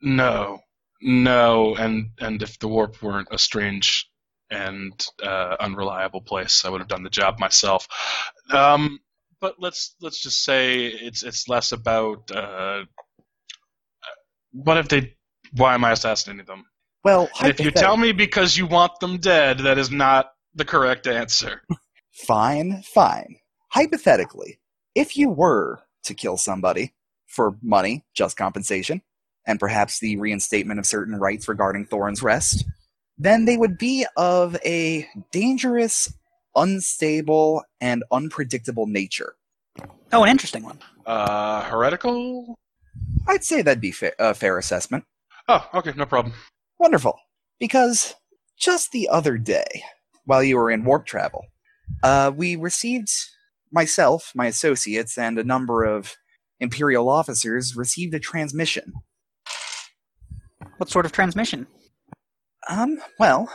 C: no, no, and and if the warp weren't a strange and uh, unreliable place, I would have done the job myself. Um, but let's let's just say it's it's less about uh, what if they why am I assassinating them?
A: Well,
C: And if you
A: hypothet-
C: tell me because you want them dead, that is not the correct answer.
A: Fine, fine. Hypothetically, if you were to kill somebody for money, just compensation, and perhaps the reinstatement of certain rights regarding Thorin's rest, then they would be of a dangerous, unstable, and unpredictable nature.
B: Oh, an interesting one.
C: Uh, heretical?
A: I'd say that'd be fa- a fair assessment.
C: Oh, okay, no problem.
A: Wonderful. Because just the other day, while you were in warp travel, uh, we received myself, my associates, and a number of Imperial officers received a transmission.
B: What sort of transmission?
A: Um, well,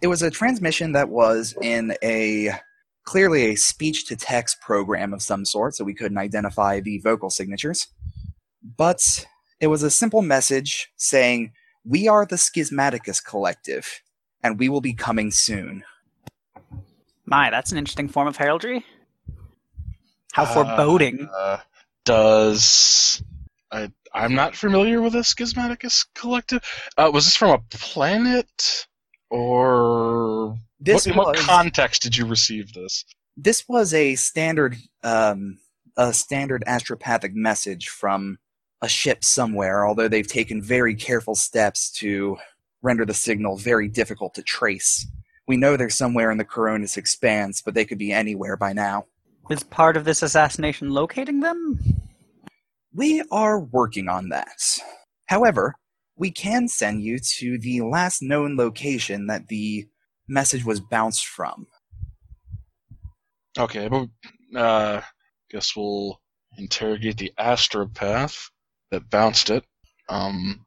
A: it was a transmission that was in a clearly a speech to text program of some sort, so we couldn't identify the vocal signatures. But it was a simple message saying, We are the Schismaticus Collective, and we will be coming soon.
B: My, that's an interesting form of heraldry. How
C: Uh,
B: foreboding.
C: Uh, does I, I'm not familiar with the Schismaticus Collective. Uh, was this from a planet, or
A: This
C: what, in what
A: was
C: context did you receive this?
A: this was a standard um, a standard astropathic message from a ship somewhere, although they've taken very careful steps to render the signal very difficult to trace. We know they're somewhere in the Coronis expanse, but they could be anywhere by now.
B: Is part of this assassination locating them?
A: We are working on that. However, we can send you to the last known location that the message was bounced from.
C: Okay, but uh, guess we'll interrogate the astropath that bounced it. Um,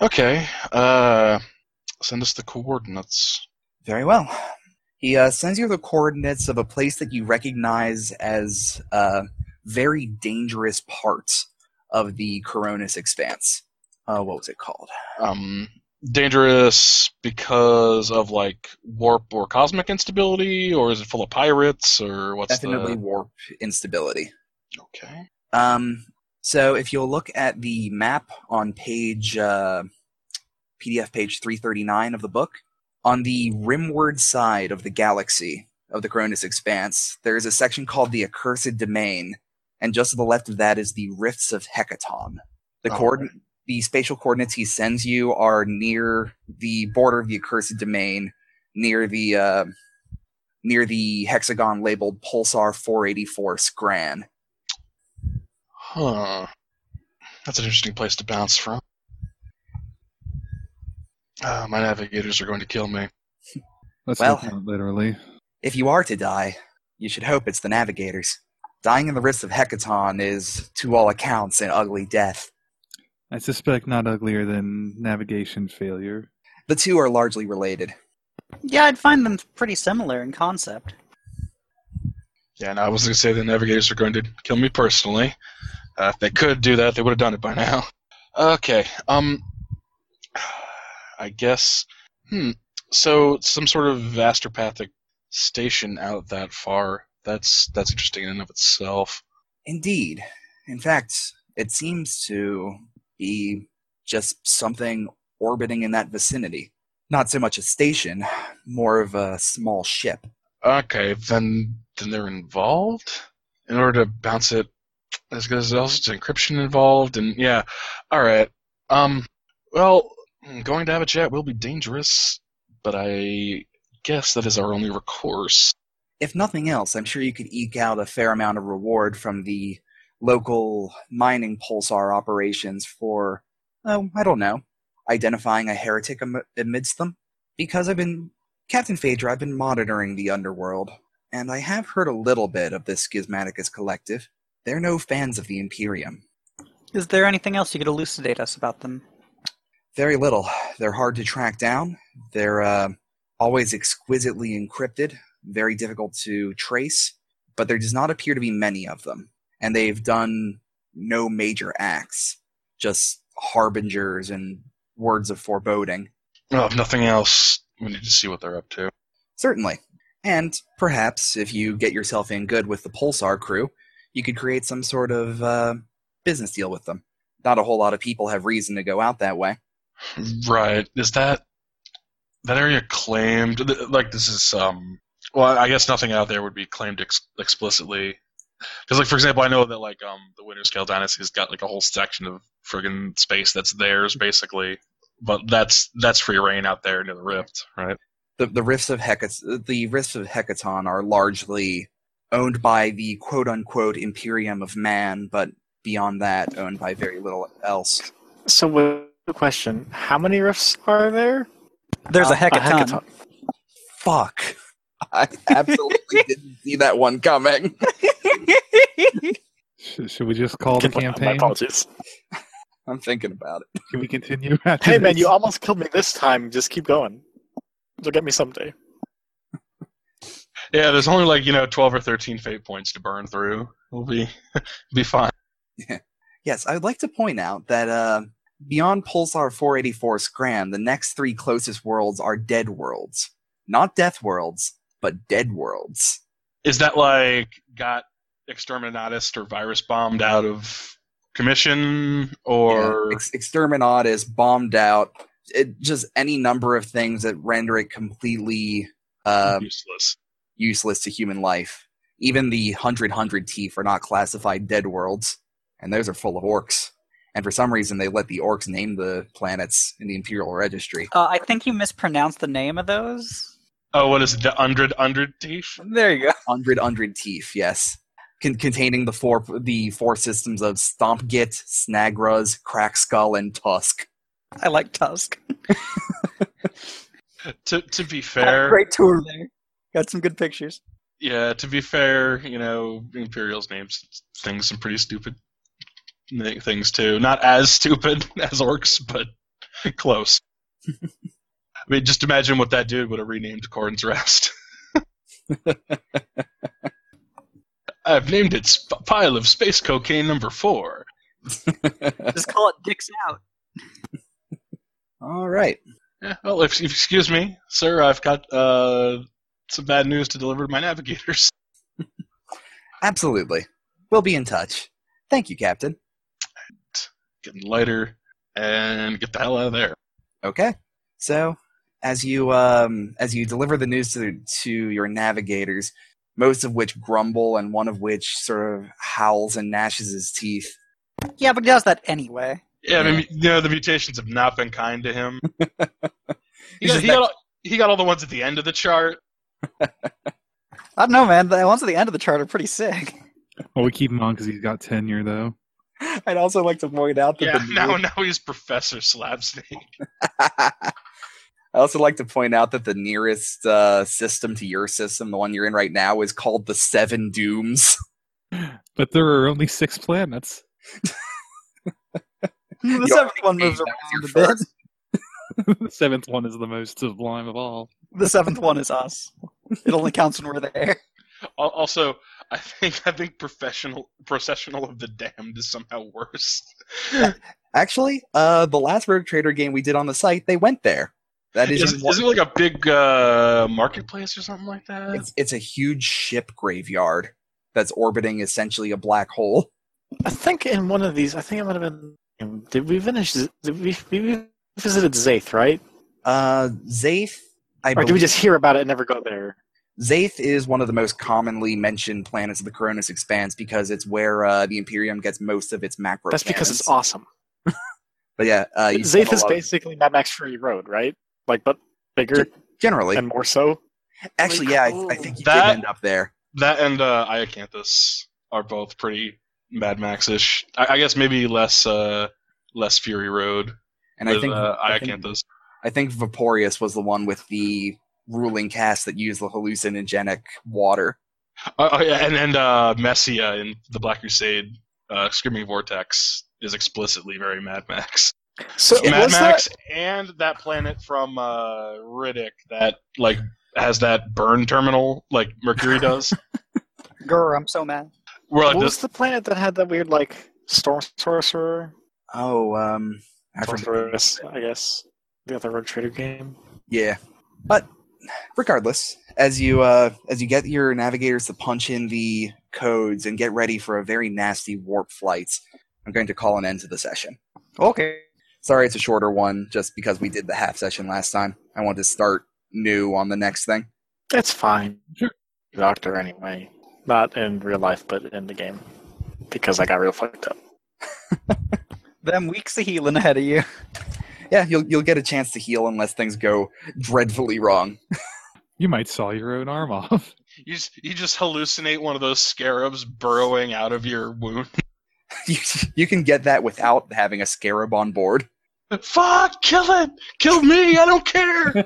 C: okay, uh, send us the coordinates.
A: Very well. He uh, sends you the coordinates of a place that you recognize as a very dangerous part of the Coronis expanse. Uh, what was it called?
C: um, dangerous because of like warp or cosmic instability, or is it full of pirates, or what's
A: Definitely warp instability.
C: the? Okay.
A: Um, so if you'll look at the map on page uh, PDF page 339 of the book, on the rimward side of the galaxy of the Coronis expanse, there is a section called the Accursed Domain, and just to the left of that is the Rifts of Hecaton. The
C: Oh,
A: coord- the spatial coordinates he sends you are near the border of the Accursed Domain, near the uh, near the hexagon labeled Pulsar 484 Scran.
C: Huh. That's an interesting place to bounce from. Uh, my navigators are going to kill me.
D: Let's
A: Well-
D: hope not literally.
A: If you are to die, you should hope it's the navigators. Dying in the wrists of Hecaton is, to all accounts, an ugly death.
D: I suspect not uglier than navigation failure.
A: The two are largely related.
B: Yeah, I'd find them pretty similar in concept.
C: Yeah, and I was going to say the navigators are going to kill me personally. Uh, if they could do that, they would have done it by now. Okay. Um. I guess. Hmm. So some sort of astropathic station out that far. That's that's interesting in and of itself.
A: Indeed. In fact, it seems to be just something orbiting in that vicinity. Not so much a station, more of a small ship.
C: Okay, then then they're involved in order to bounce it. There's, there's also encryption involved, and yeah. All right. Um. Well, going to have a chat will be dangerous, but I guess that is our only recourse.
A: If nothing else, I'm sure you could eke out a fair amount of reward from the local mining pulsar operations for, uh, oh, I don't know, identifying a heretic am- amidst them. Because I've been Captain Phaedra, I've been monitoring the underworld, and I have heard a little bit of this Schismaticus collective. They're no fans of the Imperium.
B: Is there anything else you could elucidate us about them?
A: Very little. They're hard to track down. They're uh, always exquisitely encrypted, very difficult to trace, but there does not appear to be many of them. And they've done no major acts, just harbingers and words of foreboding.
C: Well, if nothing else, we need to see what they're up to.
A: Certainly. And perhaps if you get yourself in good with the Pulsar crew, you could create some sort of uh, business deal with them. Not a whole lot of people have reason to go out that way.
C: Right. Is that that area claimed? th- Like this is um. Well, I guess nothing out there would be claimed ex- explicitly. Because, like, for example, I know that like um the Winter Scale Dynasty's got like a whole section of friggin' space that's theirs basically, but that's that's free reign out there near the Rift, right?
A: The, the rifts of Hecat- the rifts of Hecaton are largely owned by the quote unquote Imperium of Man, but beyond that, owned by very little else.
E: So, w- question: How many rifts are there?
B: There's
E: Uh,
B: a heck of a ton.
E: hecaton.
A: Fuck. I absolutely didn't see that one coming.
D: Sh- should we just call the
E: Can-
D: campaign?
E: My apologies.
A: I'm thinking about it.
D: Can we continue? after
E: Hey, man,
D: this?
E: you almost killed me this time. Just keep going. You'll get me someday.
C: Yeah, there's only like you know twelve or thirteen fate points to burn through. We'll be be fine.
A: Yes, I'd like to point out that uh, beyond Pulsar 484 Scram, the next three closest worlds are dead worlds. Not death worlds, but dead worlds.
C: Is that like got exterminatus or virus bombed out of commission or
A: Ex- Exterminat is bombed out. It, just any number of things that render it completely
C: Mm-hmm.
A: um,
C: useless?
A: useless to human life. Even the 100 100 teeth are not classified dead worlds, and those are full of orcs. And for some reason, they let the orcs name the planets in the Imperial Registry.
B: Uh, I think you mispronounced the name of those.
C: Oh, what is it? The hundred hundred thief?
B: There you go.
A: hundred hundred teeth. Yes, Con- containing the four the four systems of Stompgit, Snagras, Crackskull, and Tusk.
B: I like Tusk.
C: To to be
B: Had a
C: fair,
B: Great tour there. Got some good pictures.
C: yeah. To be fair, you know, Imperial's names things some pretty stupid thi- things too. Not as stupid as orcs, but close. I mean, just imagine what that dude would have renamed Corn's Rest. I've named it Sp- Pile of Space Cocaine Number Four.
B: Just call it Dicks Out.
A: All right.
C: Yeah, Eh, well, if, if you excuse me, sir, I've got uh, some bad news to deliver to my navigators.
A: Absolutely. We'll be in touch. Thank you, Captain.
C: Getting lighter and get the hell out of there.
A: Okay. So, as you um, as you deliver the news to to your navigators, most of which grumble and one of which sort of howls and gnashes his teeth.
B: Yeah, but he does that anyway.
C: Yeah, I mean, you know, the mutations have not been kind to him. he,
A: He's
C: got,
A: just
C: he, got all, he got all the ones at the end of the chart.
B: I don't know, man. The ones at the end of the chart are pretty sick.
D: Well, we keep him on because he's got tenure, though.
A: I'd also like to point out that
C: Yeah,
A: the
C: now now he's Professor Slabsnake.
A: I also like to point out that the nearest uh, system to your system, the one you're in right now, is called the Seven Dooms.
D: But there are only six planets.
B: the
A: already
B: seventh one moves
A: that was
B: around
A: your
B: a bit.
A: first.
D: the seventh one is the most sublime of all.
B: The seventh one is us. It only counts when we're there.
C: Al- Also, I think I think professional processional of the damned is somehow worse.
A: Actually, uh, the last Rogue Trader game we did on the site, they went there. That is,
C: Isn't, isn't it like a big uh, marketplace or something like that?
A: it's, it's a huge ship graveyard that's orbiting essentially a black hole.
E: I think in one of these, I think it might have been. Did we finish? Z- Did we, we visited Zaith, right?
A: Uh, Zaith, I
E: Or did we
A: believe,
E: just hear about it and never go there?
A: Zaith is one of the most commonly mentioned planets of the Coronis Expanse because it's where uh, the Imperium gets most of its macro.
E: That's because it's
A: cannons.
E: awesome.
A: But yeah, uh, you spend
E: Zaith
A: a
E: is
A: lot of-
E: basically Mad Max Fury Road, right? Like, but bigger
A: generally
E: and more so.
A: Actually, yeah, I, I think you
C: That-
A: did end up there.
C: That and uh, Iacanthus are both pretty Mad Max ish. I, I guess maybe less uh, less Fury Road
A: And
C: with
A: I think
C: uh,
A: I think
C: Iacanthus.
A: I think Vaporeus was the one with the ruling caste that used the hallucinogenic water.
C: Oh, oh, yeah, and and uh, Messia in the Black Crusade, uh, Screaming Vortex is explicitly very Mad Max.
E: So
A: Yeah,
C: Mad
E: was that-
C: Max and that planet from uh, Riddick that like has that burn terminal like Mercury does.
B: Grr, I'm so mad.
C: Where like
E: what
C: this,
E: was the planet that had that weird like storm sorcerer?
A: Oh, um, I forgot.
E: Sorceress, I guess. The other road trader game.
A: Yeah, but regardless, as you uh, as you get your navigators to punch in the codes and get ready for a very nasty warp flight, I'm going to call an end to the session.
B: Okay.
A: Sorry, it's a shorter one, just because we did the half session last time. I wanted to start new on the next thing.
E: That's fine.
D: Sure.
E: Doctor, anyway. Not in real life, but in the game. Because I got real fucked up.
B: Them weeks of healing ahead of you.
A: Yeah, you'll you'll get a chance to heal unless things go dreadfully wrong.
D: You might saw your own arm off.
C: you just, you just hallucinate one of those scarabs burrowing out of your wound.
A: you, you can get that without having a scarab on board.
C: Fuck! Kill it! Kill me! I don't care.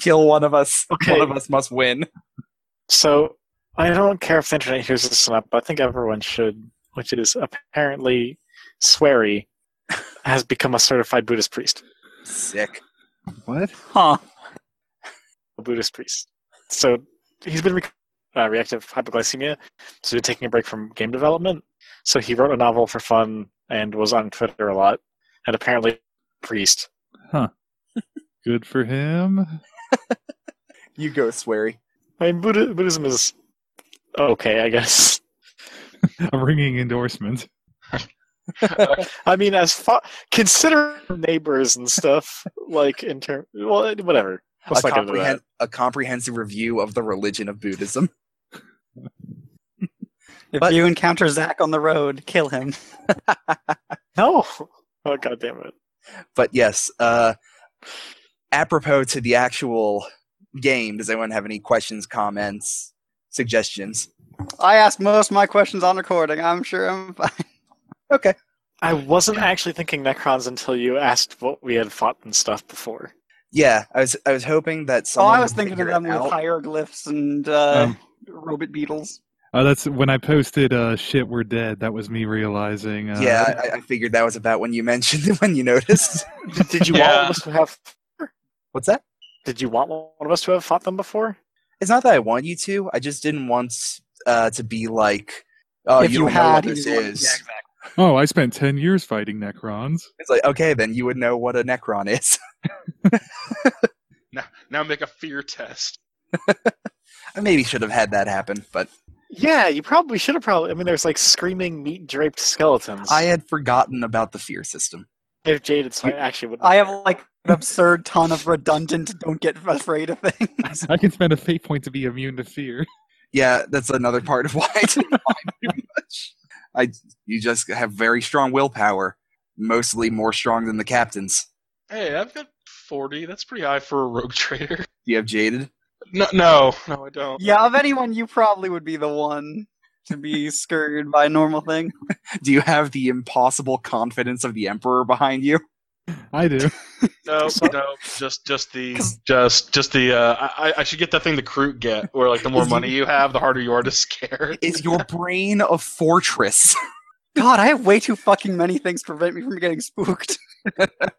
A: Kill one of us.
E: Okay.
A: One of us must win.
E: So I don't care if the internet hears this enough, but I think everyone should, which is apparently Swery has become a certified Buddhist priest.
A: Sick.
D: What?
B: Huh.
E: a Buddhist priest. So he's been rec uh, reactive hypoglycemia, so he's taking a break from game development. So he wrote a novel for fun and was on Twitter a lot, and apparently priest.
D: Good for him.
A: You go, Swery.
E: I mean, Buddha- Buddhism is okay, I guess.
D: A ringing endorsement.
E: I mean, as far consider neighbors and stuff, like in term, well, whatever.
A: A,
E: Let's not get into that.
A: comprehen- a comprehensive review of the religion of Buddhism.
B: If
A: But-
B: you encounter Zach on the road, kill him.
E: No, oh god damn it!
A: But yes, uh, apropos to the actual game, does anyone have any questions, comments, suggestions?
B: I asked most of my questions on recording. I'm sure I'm fine.
A: Okay.
E: I wasn't actually thinking Necrons until you asked what we had fought and stuff before.
A: Yeah, I was I was hoping that
B: Oh,
A: someone.
B: I was
A: would
B: thinking of
A: figure
B: them
A: it
B: with
A: out.
B: hieroglyphs and uh,
D: Um.
B: robot beetles.
D: Uh, that's when I posted uh, "shit, we're dead." That was me realizing. Uh,
A: Yeah, I, I figured that was about when you mentioned it, when you noticed.
E: Did you
C: Yeah.
E: all of us to have
A: What's that?
E: Did you want one of us to have fought them before?
A: It's not that I want you to. I just didn't want uh, to be like, oh,
B: if
A: you,
B: you
A: don't know what
B: had,
A: this
B: you would- yeah,
A: is.
B: exactly.
D: Oh, I spent ten years fighting Necrons.
A: It's like, okay, then you would know what a Necron is.
C: now, now make a fear test.
A: I maybe should have had that happen, but
E: Yeah, you probably should have probably. I mean, there's like screaming meat draped skeletons.
A: I had forgotten about the fear system.
E: I have jaded, so I actually would.
B: I have like an absurd ton of redundant don't get afraid of things.
D: I can spend a fate point to be immune to fear.
A: Yeah, that's another part of why I didn't mind too much. I, you just have very strong willpower, mostly more strong than the captain's.
C: Hey, I've got forty. That's pretty high for a rogue trader.
A: Do you have jaded?
C: No, no, no, I don't.
B: yeah, of anyone, you probably would be the one to be scared by a normal thing.
A: Do you have the impossible confidence of the emperor behind you?
D: I do.
C: No, no, just just the just just the. Uh, I I- I should get that thing the crew get, where like the more money you have, the harder you are to scare.
A: Is your brain a fortress?
B: God, I have way too fucking many things to prevent me from getting spooked.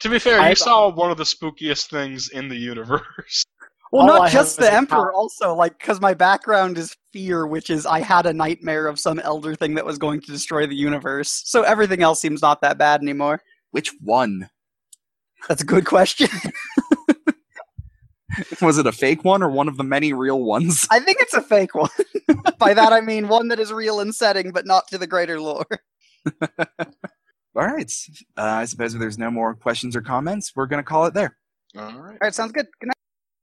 C: To be fair, you
E: I've-
C: saw one of the spookiest things in the universe.
B: Well,
E: All I
B: not
E: have
B: just
E: is
B: the
E: a
B: Emperor, also, like, because my background is fear, which is I had a nightmare of some elder thing that was going to destroy the universe. So everything else seems not that bad anymore.
A: Which one?
B: That's a good question.
A: Was it a fake one or one of the many real ones?
B: I think it's a fake one. By that I mean one that is real in setting, but not to the greater lore.
A: All right. Uh, I suppose if there's no more questions or comments, we're going to call it there.
C: All right.
B: All right, sounds good. Good night.